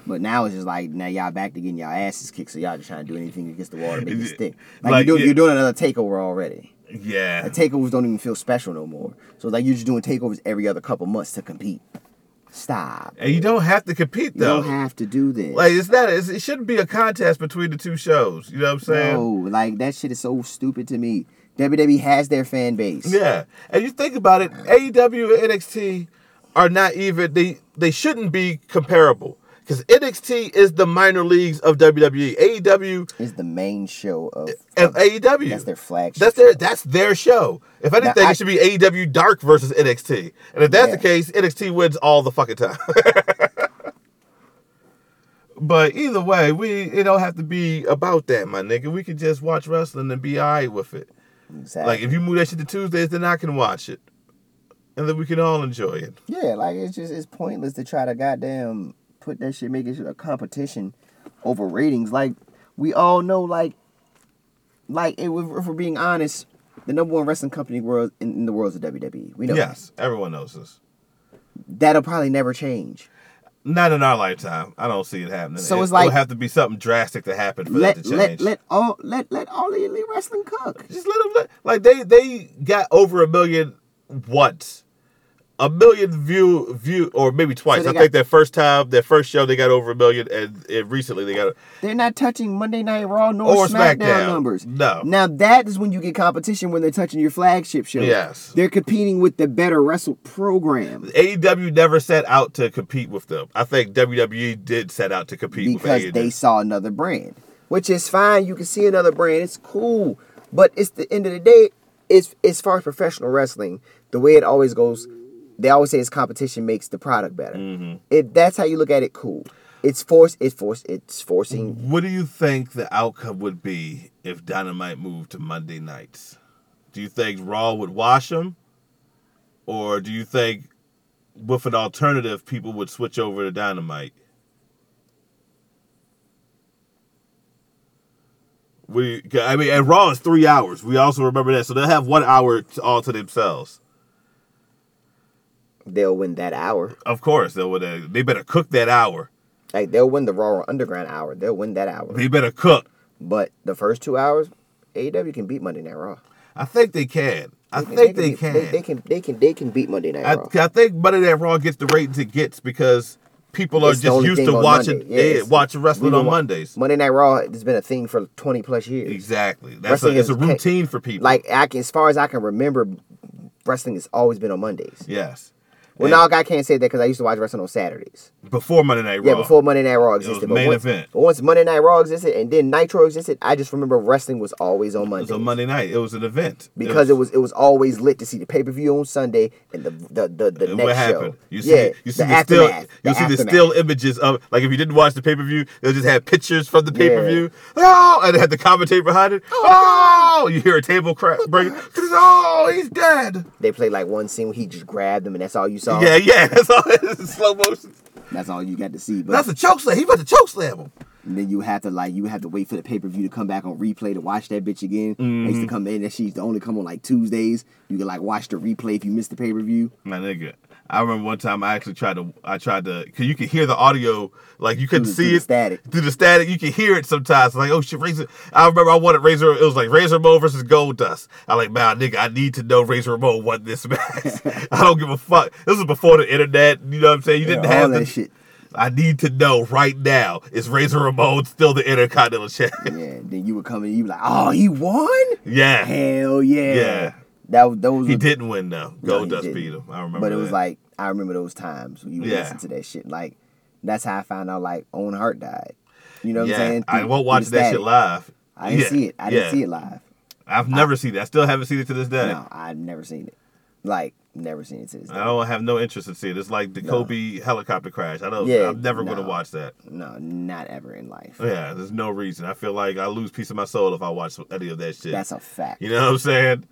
Speaker 2: But now it's just like now y'all back to getting y'all asses kicked, so y'all just trying to do anything against the wall to make it stick. Like,
Speaker 1: Like,
Speaker 2: you're, doing,
Speaker 1: yeah.
Speaker 2: you're doing another takeover already.
Speaker 1: Yeah.
Speaker 2: Like, takeovers don't even feel special no more. So like you're just doing takeovers every other couple months to compete. Stop.
Speaker 1: And you don't have to compete
Speaker 2: You
Speaker 1: though.
Speaker 2: don't have to do this.
Speaker 1: like it's not. It's, it shouldn't be a contest between the two shows. You know what I'm saying?
Speaker 2: no, like that shit is so stupid to me. WWE has their fan base.
Speaker 1: Yeah. And you think about it, AEW and NXT are not even. They they shouldn't be comparable because NXT is the minor leagues of E. WWE. AEW
Speaker 2: It's the main show of
Speaker 1: and E AEW.
Speaker 2: Oh, that's their flagship.
Speaker 1: That's their that's their show. If anything,
Speaker 2: I-
Speaker 1: it should be AEW Dark versus NXT. And if that's the
Speaker 2: Yeah.
Speaker 1: case, NXT wins all the fucking time. [LAUGHS] but either way, we it don't have to be about that, my nigga. We can just watch wrestling and be alright with it.
Speaker 2: exactly.
Speaker 1: Like if you move that shit to Tuesdays, then I can watch it. And then we can all enjoy it.
Speaker 2: Yeah, like it's just it's pointless to try to goddamn put that shit make it a competition over ratings. Like we all know, like like if we're, if we're being honest, the number one wrestling company world in, in the world is the WWE. We know
Speaker 1: Yes, everyone knows this.
Speaker 2: that. that'll probably never change.
Speaker 1: Not in our lifetime. I don't see it happening.
Speaker 2: So
Speaker 1: it,
Speaker 2: it's like-
Speaker 1: it'll have to be something drastic to happen for
Speaker 2: Let
Speaker 1: that to change.
Speaker 2: let let all let let all the elite wrestling cook.
Speaker 1: Just let them let, like they they got over a million once, a million view view or maybe twice.
Speaker 2: they
Speaker 1: I
Speaker 2: got-
Speaker 1: think their first time, their first show, they got over a million, and, and recently they got.
Speaker 2: They're not touching Monday Night Raw nor
Speaker 1: Or
Speaker 2: SmackDown,
Speaker 1: SmackDown.
Speaker 2: numbers.
Speaker 1: No.
Speaker 2: Now that is when you get competition when they're touching your flagship show.
Speaker 1: Yes.
Speaker 2: They're competing with the better wrestle program.
Speaker 1: AEW E never set out to compete with them. I think WWE did set out to compete
Speaker 2: because
Speaker 1: with E AEW.
Speaker 2: they saw another brand, which is fine. You can see another brand; it's cool. But it's the end of the day. It's as far as professional wrestling, the way it always goes, they always say it's competition makes the product better. If that's how you look at it, cool. It's force. It's force. It's forcing.
Speaker 1: What do you think the outcome would be if Dynamite moved to Monday nights? Do you think Raw would wash them? Or do you think with an alternative, people would switch over to Dynamite? We, I mean, and Raw is three hours. We also remember that, so they'll have one hour t- all to themselves.
Speaker 2: They'll win that hour.
Speaker 1: Of course, they would. uh, They better cook that hour.
Speaker 2: Like they'll win the Raw or Underground hour. They'll win that hour.
Speaker 1: They better cook.
Speaker 2: But the first two hours, AEW can beat Monday Night Raw.
Speaker 1: I think they can. I
Speaker 2: can-
Speaker 1: think they
Speaker 2: beat-
Speaker 1: can.
Speaker 2: They, they can. They can. They can beat Monday Night
Speaker 1: I,
Speaker 2: Raw.
Speaker 1: I think Monday Night Raw gets the ratings it gets because people are
Speaker 2: It's the
Speaker 1: just
Speaker 2: only
Speaker 1: used
Speaker 2: thing
Speaker 1: to
Speaker 2: on
Speaker 1: watching
Speaker 2: Monday. Yeah,
Speaker 1: yeah,
Speaker 2: it's-
Speaker 1: watching wrestling
Speaker 2: we
Speaker 1: on
Speaker 2: wa-
Speaker 1: Mondays.
Speaker 2: Monday Night Raw has been a thing for 20 plus years.
Speaker 1: Exactly. That's
Speaker 2: Wrestling
Speaker 1: a, it's a
Speaker 2: is-
Speaker 1: routine for people.
Speaker 2: Like I can, as far as I can remember, wrestling has always been on Mondays.
Speaker 1: yes,
Speaker 2: Well,
Speaker 1: Yeah.
Speaker 2: now I can't say that because I used to watch wrestling on Saturdays.
Speaker 1: before Monday Night Raw.
Speaker 2: Yeah, before Monday Night Raw existed.
Speaker 1: the
Speaker 2: but
Speaker 1: Oh. main
Speaker 2: once,
Speaker 1: event.
Speaker 2: but once Monday Night Raw existed and then Nitro existed, I just remember wrestling was always on
Speaker 1: It was
Speaker 2: Monday.
Speaker 1: a Monday night. It was an event
Speaker 2: because it was it was always lit to see the pay per view on Sunday and the the the, the
Speaker 1: And
Speaker 2: next
Speaker 1: what happened?
Speaker 2: show.
Speaker 1: You see,
Speaker 2: yeah,
Speaker 1: you see the, still,
Speaker 2: aftermath,
Speaker 1: you see the
Speaker 2: aftermath.
Speaker 1: still images of like if you didn't watch the pay per view, they'll just have pictures from the pay per view. Oh, and they had the commentator behind it. Oh, you hear a table crack break. [LAUGHS] Oh, he's dead.
Speaker 2: They played like one scene where he just grabbed him and that's all you saw.
Speaker 1: Yeah, yeah. [LAUGHS] That's all. It's slow motion.
Speaker 2: That's all you got to see. But
Speaker 1: That's a choke slam. He about to choke slam him.
Speaker 2: And then you have to like you have to wait for the pay per view to come back on replay to watch that bitch again. They
Speaker 1: Mm-hmm.
Speaker 2: used to come in that she used to only come on like Tuesdays. You could like watch the replay if you missed the pay per view.
Speaker 1: My nigga. I remember one time I actually tried to, I tried to, cause you could hear the audio, like you couldn't
Speaker 2: Through-
Speaker 1: see
Speaker 2: through the
Speaker 1: it
Speaker 2: static.
Speaker 1: through the static. You could hear it sometimes. Like oh shit, Razor. I remember I wanted Razor. It was like Razor Ramon versus Gold Dust. I like man, nigga, I need to know Razor Ramon won this [LAUGHS] match. I don't give a fuck. This was before the internet. You know what I'm saying? You didn't
Speaker 2: Yeah, all
Speaker 1: have
Speaker 2: that
Speaker 1: the,
Speaker 2: shit.
Speaker 1: I need to know right now is Razor Ramon still the Intercontinental [LAUGHS] Champion?
Speaker 2: Yeah. Then you would come in, you be like, oh, he won?
Speaker 1: yeah,
Speaker 2: Hell yeah.
Speaker 1: Yeah.
Speaker 2: That was those.
Speaker 1: he
Speaker 2: were-
Speaker 1: didn't win though.
Speaker 2: No,
Speaker 1: Gold
Speaker 2: he
Speaker 1: Dust
Speaker 2: didn't.
Speaker 1: beat him. I remember.
Speaker 2: But it was
Speaker 1: that.
Speaker 2: like I remember those times when you would
Speaker 1: Yeah.
Speaker 2: listen to that shit. Like that's how I found out like Owen Hart died. You know what
Speaker 1: yeah,
Speaker 2: I'm saying?
Speaker 1: I
Speaker 2: Through-
Speaker 1: won't
Speaker 2: through
Speaker 1: watch
Speaker 2: the
Speaker 1: that shit
Speaker 2: static.
Speaker 1: live.
Speaker 2: I didn't
Speaker 1: Yeah,
Speaker 2: see it. I didn't
Speaker 1: yeah.
Speaker 2: see it live.
Speaker 1: I've never seen it. I still haven't seen it to this day.
Speaker 2: No, I've never seen it. Like never seen it to this day.
Speaker 1: I don't have no interest in seeing it. It's like the Kobe helicopter crash. I don't.
Speaker 2: Yeah,
Speaker 1: I'm never going
Speaker 2: no.
Speaker 1: to watch that.
Speaker 2: No, not ever in life.
Speaker 1: Yeah, there's no reason. I feel like I lose piece of my soul if I watch any of that shit.
Speaker 2: That's a fact.
Speaker 1: you know what I'm saying?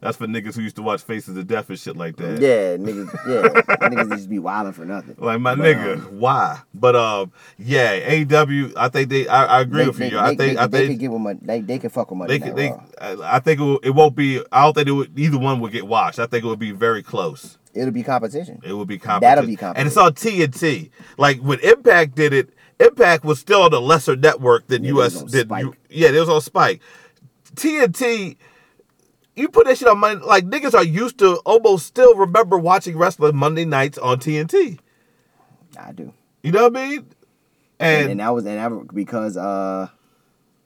Speaker 1: That's for niggas who used to watch Faces of Death and shit like that.
Speaker 2: Yeah, niggas. Yeah,
Speaker 1: [LAUGHS]
Speaker 2: niggas just be wilding for nothing.
Speaker 1: Like my
Speaker 2: But,
Speaker 1: nigga,
Speaker 2: um,
Speaker 1: why? But um, yeah, AW. I think they. I, I agree
Speaker 2: they,
Speaker 1: with
Speaker 2: they,
Speaker 1: you. I
Speaker 2: they-
Speaker 1: think.
Speaker 2: they,
Speaker 1: I
Speaker 2: they
Speaker 1: think
Speaker 2: could give them. A, they they could fuck with
Speaker 1: They
Speaker 2: money.
Speaker 1: could, they, I I think it, will, it won't be. I don't think it would, either one would get watched. I think it would be very close.
Speaker 2: It'll be competition.
Speaker 1: It would be competition.
Speaker 2: That'll be
Speaker 1: And it's on TNT. Like when Impact did it, Impact was still on a lesser network than
Speaker 2: Yeah, it was
Speaker 1: US
Speaker 2: on
Speaker 1: did.
Speaker 2: Spike.
Speaker 1: you- yeah, it was on Spike. TNT. You put that shit on Monday. Like niggas are used to almost still remember watching wrestling Monday nights on TNT.
Speaker 2: I do.
Speaker 1: You know what I mean?
Speaker 2: And,
Speaker 1: And,
Speaker 2: and that was and that, because uh,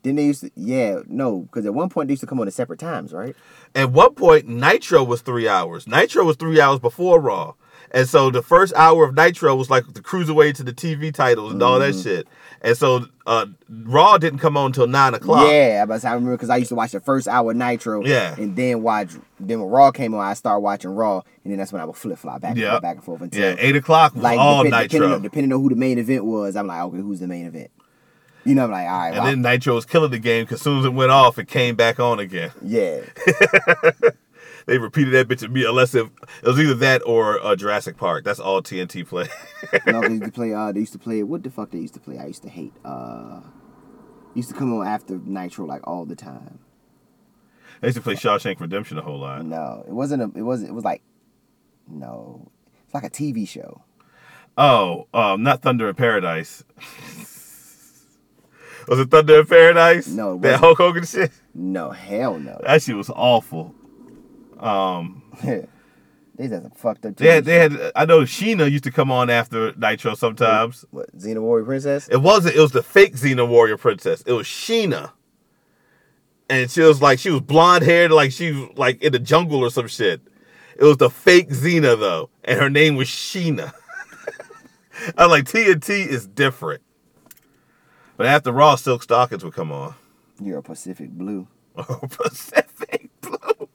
Speaker 2: then they used to yeah no because at one point they used to come on at separate times right.
Speaker 1: At one point, Nitro was three hours. Nitro was three hours before Raw. And so the first hour of Nitro was like the cruiserweight to the TV titles and all
Speaker 2: Mm.
Speaker 1: that shit. And so uh, Raw didn't come on till nine o'clock.
Speaker 2: Yeah, I, was, I remember because I used to watch the first hour of Nitro.
Speaker 1: Yeah.
Speaker 2: and then watch then when Raw came on, I started watching Raw, and then that's when I would flip flop back
Speaker 1: Yeah.
Speaker 2: and forth, back and forth until
Speaker 1: Yeah, eight o'clock was
Speaker 2: like
Speaker 1: all
Speaker 2: depend-
Speaker 1: Nitro.
Speaker 2: depending on, depending on who the main event was, I'm like, okay, who's the main event? You know, I'm like, all right,
Speaker 1: and
Speaker 2: well,
Speaker 1: then Nitro was killing the game because soon as it went off, it came back on again. [LAUGHS]
Speaker 2: yeah,
Speaker 1: They repeated that bitch to me, unless if, it was either that or uh, Jurassic Park. That's all TNT play. [LAUGHS]
Speaker 2: no, they used to play. Uh, they used to play. What the fuck they used to play? I used to hate. Uh, used to come on after Nitro like all the time.
Speaker 1: they used to play Shawshank Redemption a whole lot.
Speaker 2: No, it wasn't. A, it wasn't. It was like, no, it's like a TV show.
Speaker 1: Oh, um, not Thunder in Paradise. was it Thunder in Paradise?
Speaker 2: No, it
Speaker 1: that
Speaker 2: wasn't.
Speaker 1: Hulk Hogan shit.
Speaker 2: No, hell no. [LAUGHS]
Speaker 1: That shit was awful.
Speaker 2: they just a fucked up. TV
Speaker 1: They had,
Speaker 2: show.
Speaker 1: they had. I know Sheena used to come on after Nitro sometimes.
Speaker 2: what Xena Warrior Princess?
Speaker 1: It wasn't. It was the fake Xena Warrior Princess. It was Sheena, and she was like she was blonde haired, like she was like in the jungle or some shit. It was the fake Xena though, and her name was Sheena. [LAUGHS] I was like TNT is different. But after Raw, Silk Stockings would come on. [LAUGHS]
Speaker 2: You're a Pacific Blue
Speaker 1: or [LAUGHS] Pacific Blue.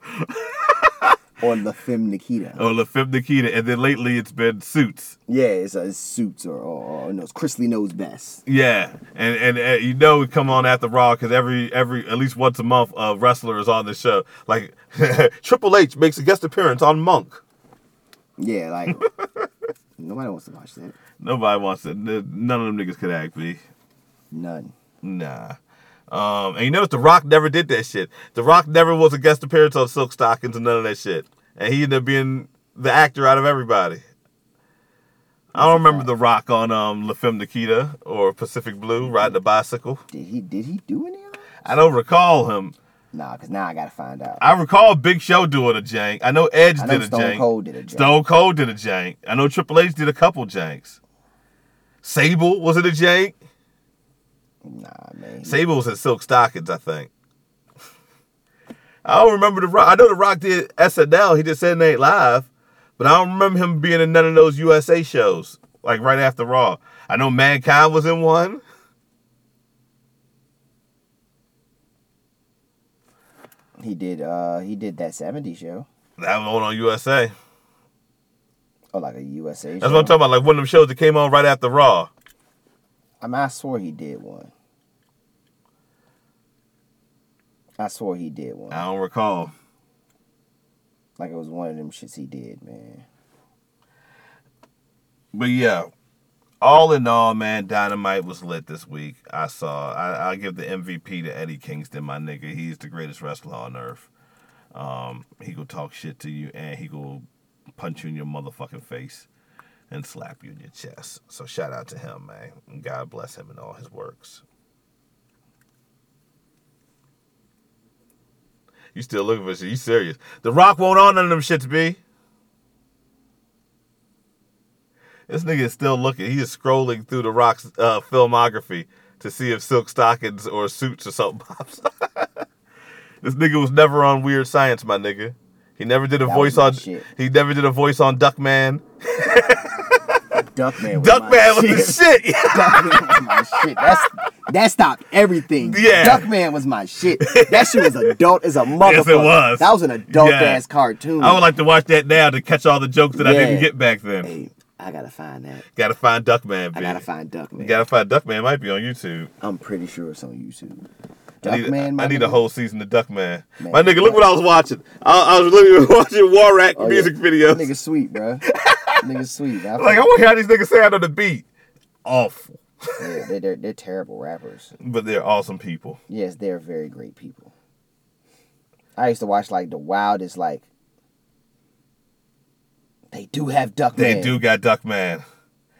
Speaker 2: or La Femme Nikita.
Speaker 1: [LAUGHS] Or Oh, La Femme Nikita. And then lately it's been Suits.
Speaker 2: Yeah, it's, uh, it's suits or, or, or knows. Chrisley knows best.
Speaker 1: Yeah. And, and and you know it come on after Raw because every every at least once a month a wrestler is on the show. Like [LAUGHS] Triple H makes a guest appearance on Monk. [LAUGHS]
Speaker 2: Yeah, like nobody wants to watch that.
Speaker 1: Nobody wants it. None of them niggas could act me.
Speaker 2: None.
Speaker 1: Nah. Um, and you notice The Rock never did that shit. The Rock never was a guest appearance on Silk Stockings and none of that shit. And he ended up being the actor out of everybody. I don't remember The Rock on um, La Femme Nikita or Pacific Blue riding a bicycle.
Speaker 2: Did he? Did he do any of that?
Speaker 1: I don't recall him.
Speaker 2: Nah, cause now I gotta find out.
Speaker 1: I recall Big Show doing a jank. I know Edge
Speaker 2: I know
Speaker 1: did a
Speaker 2: Stone
Speaker 1: jank.
Speaker 2: Cold did a jank.
Speaker 1: Stone Cold did a jank. I know Triple H did a couple janks. Sable was it a jank?
Speaker 2: Nah, man.
Speaker 1: Sable was in silk stockings, I think. [LAUGHS] I don't remember the Rock. I know the Rock did SNL. He did Saturday Night Live, But I don't remember him being in none of those USA shows, like right after Raw. I know Mankind was in one.
Speaker 2: He did. Uh, he did that '70 show.
Speaker 1: That one on USA.
Speaker 2: Oh, like a USA.
Speaker 1: That's what I'm talking about. Like one of them shows that came on right after Raw.
Speaker 2: I mean, I swore he did one. I swore he did one.
Speaker 1: I don't recall.
Speaker 2: Like it was one of them shits he did, man.
Speaker 1: But yeah, all in all, man, Dynamite was lit this week. I saw. I, I give the MVP to Eddie Kingston, my nigga. He's the greatest wrestler on earth. Um, he go talk shit to you, and he go punch you in your motherfucking face, and slap you in your chest. So shout out to him, man. And God bless him and all his works. You still looking for shit? You serious? The Rock won't on none of them shits, b. This nigga is still looking. He is scrolling through the Rock's uh, filmography to see if silk stockings or suits or something [LAUGHS] pops. up. this nigga was never on Weird Science, my nigga. He never did a
Speaker 2: That was
Speaker 1: voice
Speaker 2: my
Speaker 1: on.
Speaker 2: shit.
Speaker 1: He never did a voice on Duckman.
Speaker 2: Duckman. was my
Speaker 1: Duckman was
Speaker 2: [LAUGHS]
Speaker 1: the shit.
Speaker 2: Duckman was my shit. That's that stopped everything.
Speaker 1: Yeah.
Speaker 2: Duckman was my shit. That shit was adult as a
Speaker 1: [LAUGHS]
Speaker 2: motherfucker.
Speaker 1: Yes, it was.
Speaker 2: That was an adult
Speaker 1: Yeah.
Speaker 2: ass cartoon.
Speaker 1: I would like to watch that now to catch all the jokes that I didn't
Speaker 2: Yeah.
Speaker 1: get back then.
Speaker 2: Hey, I gotta find that.
Speaker 1: Gotta find Duckman.
Speaker 2: I
Speaker 1: B.
Speaker 2: gotta find Duckman.
Speaker 1: Gotta find Duckman. Might be on YouTube.
Speaker 2: I'm pretty sure it's on YouTube.
Speaker 1: I need,
Speaker 2: Duckman. my
Speaker 1: I need a
Speaker 2: nigga?
Speaker 1: whole season of Duckman.
Speaker 2: Man,
Speaker 1: My nigga, look
Speaker 2: Duck-
Speaker 1: what I was watching. I, I was literally [LAUGHS] watching Warrack
Speaker 2: Oh, yeah.
Speaker 1: music videos.
Speaker 2: Nigga sweet, bruh. nigga sweet.
Speaker 1: [LAUGHS]
Speaker 2: I
Speaker 1: Like, I want to hear how these niggas sound on the beat. Awful.
Speaker 2: Yeah, they're, they're, they're terrible rappers.
Speaker 1: But they're awesome people.
Speaker 2: Yes, they're very great people. I used to watch like the wildest like. They do have Duckman.
Speaker 1: They do got Duckman.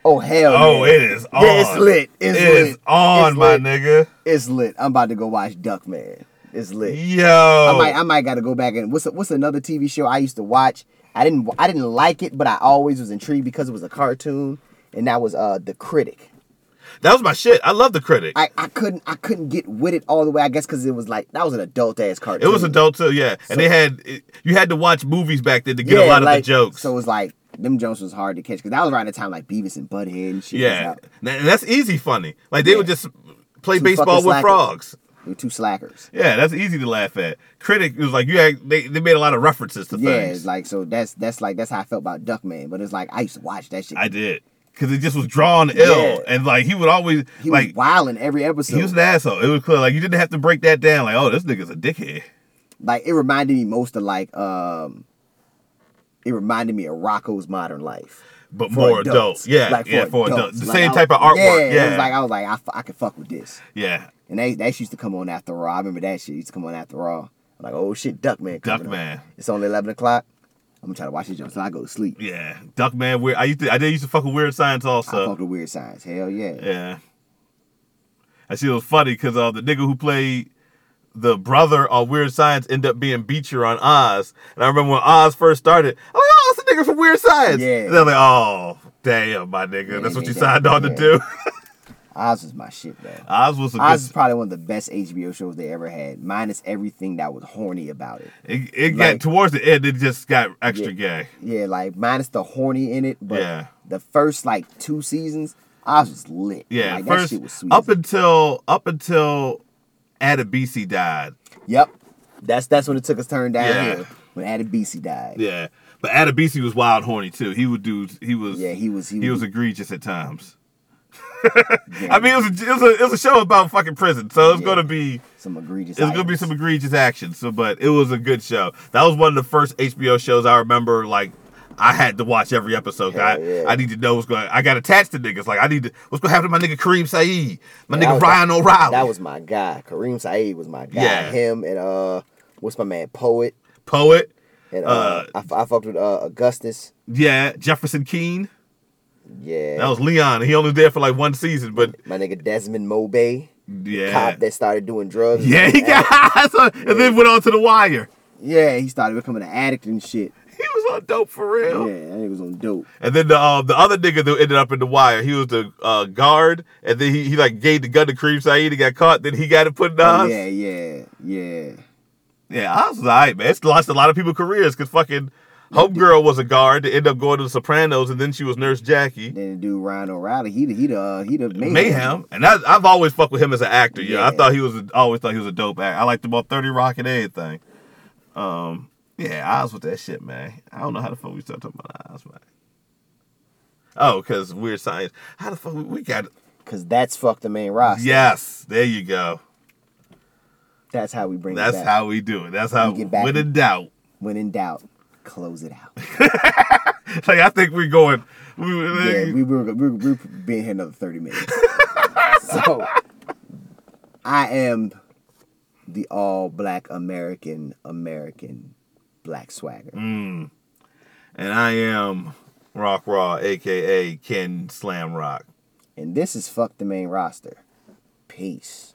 Speaker 2: Oh hell.
Speaker 1: Oh,
Speaker 2: yeah.
Speaker 1: it is on.
Speaker 2: Yeah, it's lit. It's
Speaker 1: It is
Speaker 2: lit.
Speaker 1: on,
Speaker 2: It's
Speaker 1: my
Speaker 2: lit.
Speaker 1: nigga.
Speaker 2: It's lit. I'm about to go watch Duckman. It's lit.
Speaker 1: Yo.
Speaker 2: I might I might gotta go back and what's what's another TV show I used to watch. I didn't I didn't like it, but I always was intrigued because it was a cartoon, and that was uh The Critic.
Speaker 1: that was my shit. I love the critic.
Speaker 2: I, I couldn't I couldn't get with it all the way. I guess because it was like that was an adult ass cartoon.
Speaker 1: it was adult too, yeah. and they had it, you had to watch movies back then to get a lot
Speaker 2: like,
Speaker 1: of the jokes.
Speaker 2: So it was like them jokes was hard to catch because that was around the time like Beavis and Butthead and shit. was
Speaker 1: yeah,
Speaker 2: out.
Speaker 1: and that's easy funny. Like they would
Speaker 2: Yeah.
Speaker 1: just play
Speaker 2: Two
Speaker 1: baseball
Speaker 2: fucking
Speaker 1: with
Speaker 2: slackers.
Speaker 1: frogs.
Speaker 2: they were two slackers.
Speaker 1: Yeah, that's easy to laugh at. Critic was like you had they, they made a lot of references to
Speaker 2: Yeah,
Speaker 1: things.
Speaker 2: it's like so that's that's like that's how I felt about Duckman. But it's like I used to watch that shit.
Speaker 1: I did because it just was drawn ill,
Speaker 2: Yeah.
Speaker 1: and like he would always
Speaker 2: he was
Speaker 1: like
Speaker 2: wild in every episode.
Speaker 1: he was an asshole. It was clear like you didn't have to break that down. Like oh, this nigga's a dickhead.
Speaker 2: like it reminded me most of like um it reminded me of Rocco's Modern Life.
Speaker 1: But
Speaker 2: For
Speaker 1: more adults. yeah, yeah, for adults. The
Speaker 2: Like,
Speaker 1: same
Speaker 2: I-
Speaker 1: type of artwork,
Speaker 2: Yeah,
Speaker 1: yeah,
Speaker 2: It was like I was like I, f- I could fuck with this.
Speaker 1: yeah.
Speaker 2: And that, that used to come on after Raw. I remember that shit used to come on after Raw. I'm like, oh shit, Duckman. coming up.
Speaker 1: Duckman.
Speaker 2: It's only eleven o'clock. I'm gonna try to watch this jump so I go to sleep.
Speaker 1: Yeah, Duckman. Weird. I used to. I did used to fuck with Weird Science
Speaker 2: I
Speaker 1: also.
Speaker 2: fuck with weird signs. Hell yeah.
Speaker 1: Yeah. And she was funny because uh, the nigga who played the brother on Weird Science ended up being Beecher on Oz. And I remember when Oz first started, I'm like, oh, it's the nigga from Weird Science.
Speaker 2: Yeah.
Speaker 1: And they're like, oh, damn, my nigga,
Speaker 2: Yeah,
Speaker 1: that's what
Speaker 2: they
Speaker 1: you
Speaker 2: got-
Speaker 1: signed on to
Speaker 2: yeah.
Speaker 1: do. [LAUGHS]
Speaker 2: Oz was my shit though.
Speaker 1: Oz was a
Speaker 2: Oz is
Speaker 1: good.
Speaker 2: probably one of the best HBO shows they ever had, minus everything that was horny about it.
Speaker 1: It, it got
Speaker 2: like-
Speaker 1: towards the end, it just got extra gay.
Speaker 2: Yeah, like minus the horny in it, but
Speaker 1: Yeah.
Speaker 2: the first like two seasons, I was just lit.
Speaker 1: Yeah,
Speaker 2: like, that
Speaker 1: first
Speaker 2: shit was sweet.
Speaker 1: up until up until Adabisi died.
Speaker 2: yep, that's that's when it took us turn down
Speaker 1: Yeah.
Speaker 2: here when Adebisi died.
Speaker 1: Yeah, but Adabisi was wild horny too. He would do. He was.
Speaker 2: Yeah, he was- he
Speaker 1: he
Speaker 2: was-
Speaker 1: was egregious at times.
Speaker 2: Yeah,
Speaker 1: I mean, it was, a, it was a it was a show about fucking prison, so it's
Speaker 2: Yeah.
Speaker 1: gonna be
Speaker 2: some egregious.
Speaker 1: it's gonna be
Speaker 2: items.
Speaker 1: some egregious action. So, but it was a good show. That was one of the first HBO shows I remember. Like, I had to watch every episode.
Speaker 2: Hell
Speaker 1: I
Speaker 2: yeah.
Speaker 1: I need to know what's going. I got attached to niggas. Like, I need to what's gonna happen to my nigga Kareem Saeed, my
Speaker 2: Yeah, that
Speaker 1: nigga
Speaker 2: was-
Speaker 1: Ryan O'Reilly.
Speaker 2: That was my guy, Kareem Saeed was my guy.
Speaker 1: Yeah.
Speaker 2: him and uh, what's my man, poet,
Speaker 1: poet.
Speaker 2: and uh,
Speaker 1: Uh,
Speaker 2: I, f- I fucked with uh, Augustus.
Speaker 1: Yeah, Jefferson Keene.
Speaker 2: Yeah,
Speaker 1: That was Leon. He only there for like one season, but
Speaker 2: my nigga Desmond Mobe,
Speaker 1: yeah,
Speaker 2: cop that started doing drugs.
Speaker 1: yeah, he got [LAUGHS] so, and then went on to the wire.
Speaker 2: yeah, he started becoming an addict and shit.
Speaker 1: He was on dope for
Speaker 2: Yeah,
Speaker 1: real.
Speaker 2: that nigga was on dope.
Speaker 1: And then the um, the other nigga that ended up in the wire, he was the uh, guard, and then he, he like gave the gun to Kareem Saeed and got caught. Then he got it put in
Speaker 2: Oh,
Speaker 1: Oz.
Speaker 2: yeah,
Speaker 1: Yeah,
Speaker 2: yeah, yeah.
Speaker 1: yeah Oz was alright, man. It's lost a lot of people's careers because fucking Homegirl was a guard to end up going to the Sopranos, and then she was Nurse Jackie.
Speaker 2: Then the dude Ryan O'Reilly, he the he the uh, he the mayhem.
Speaker 1: Mayhem, and I, I've always fucked with him as an actor. Yeah, I
Speaker 2: Yeah.
Speaker 1: thought he was. A, I always thought he was a dope actor. I liked him on Thirty Rock and everything. Um, yeah, eyes with that shit, man. I don't know how the fuck we start talking about eyes, man. Oh, because weird science. How the fuck we, we got?
Speaker 2: Cause that's fuck the main roster.
Speaker 1: Yes, there you go.
Speaker 2: That's how we bring
Speaker 1: That's
Speaker 2: it back.
Speaker 1: how we do it. That's how.
Speaker 2: We get back
Speaker 1: With a
Speaker 2: in-
Speaker 1: doubt, [LAUGHS]
Speaker 2: when in doubt, close it out.
Speaker 1: like I think we're going. We,
Speaker 2: yeah, we were we were, we were being here another thirty
Speaker 1: [LAUGHS]
Speaker 2: minutes. so I am the all black American American black swagger.
Speaker 1: Mm. and I am Rock Raw, aka Ken Slam Rock.
Speaker 2: And this is fuck the main roster. Peace.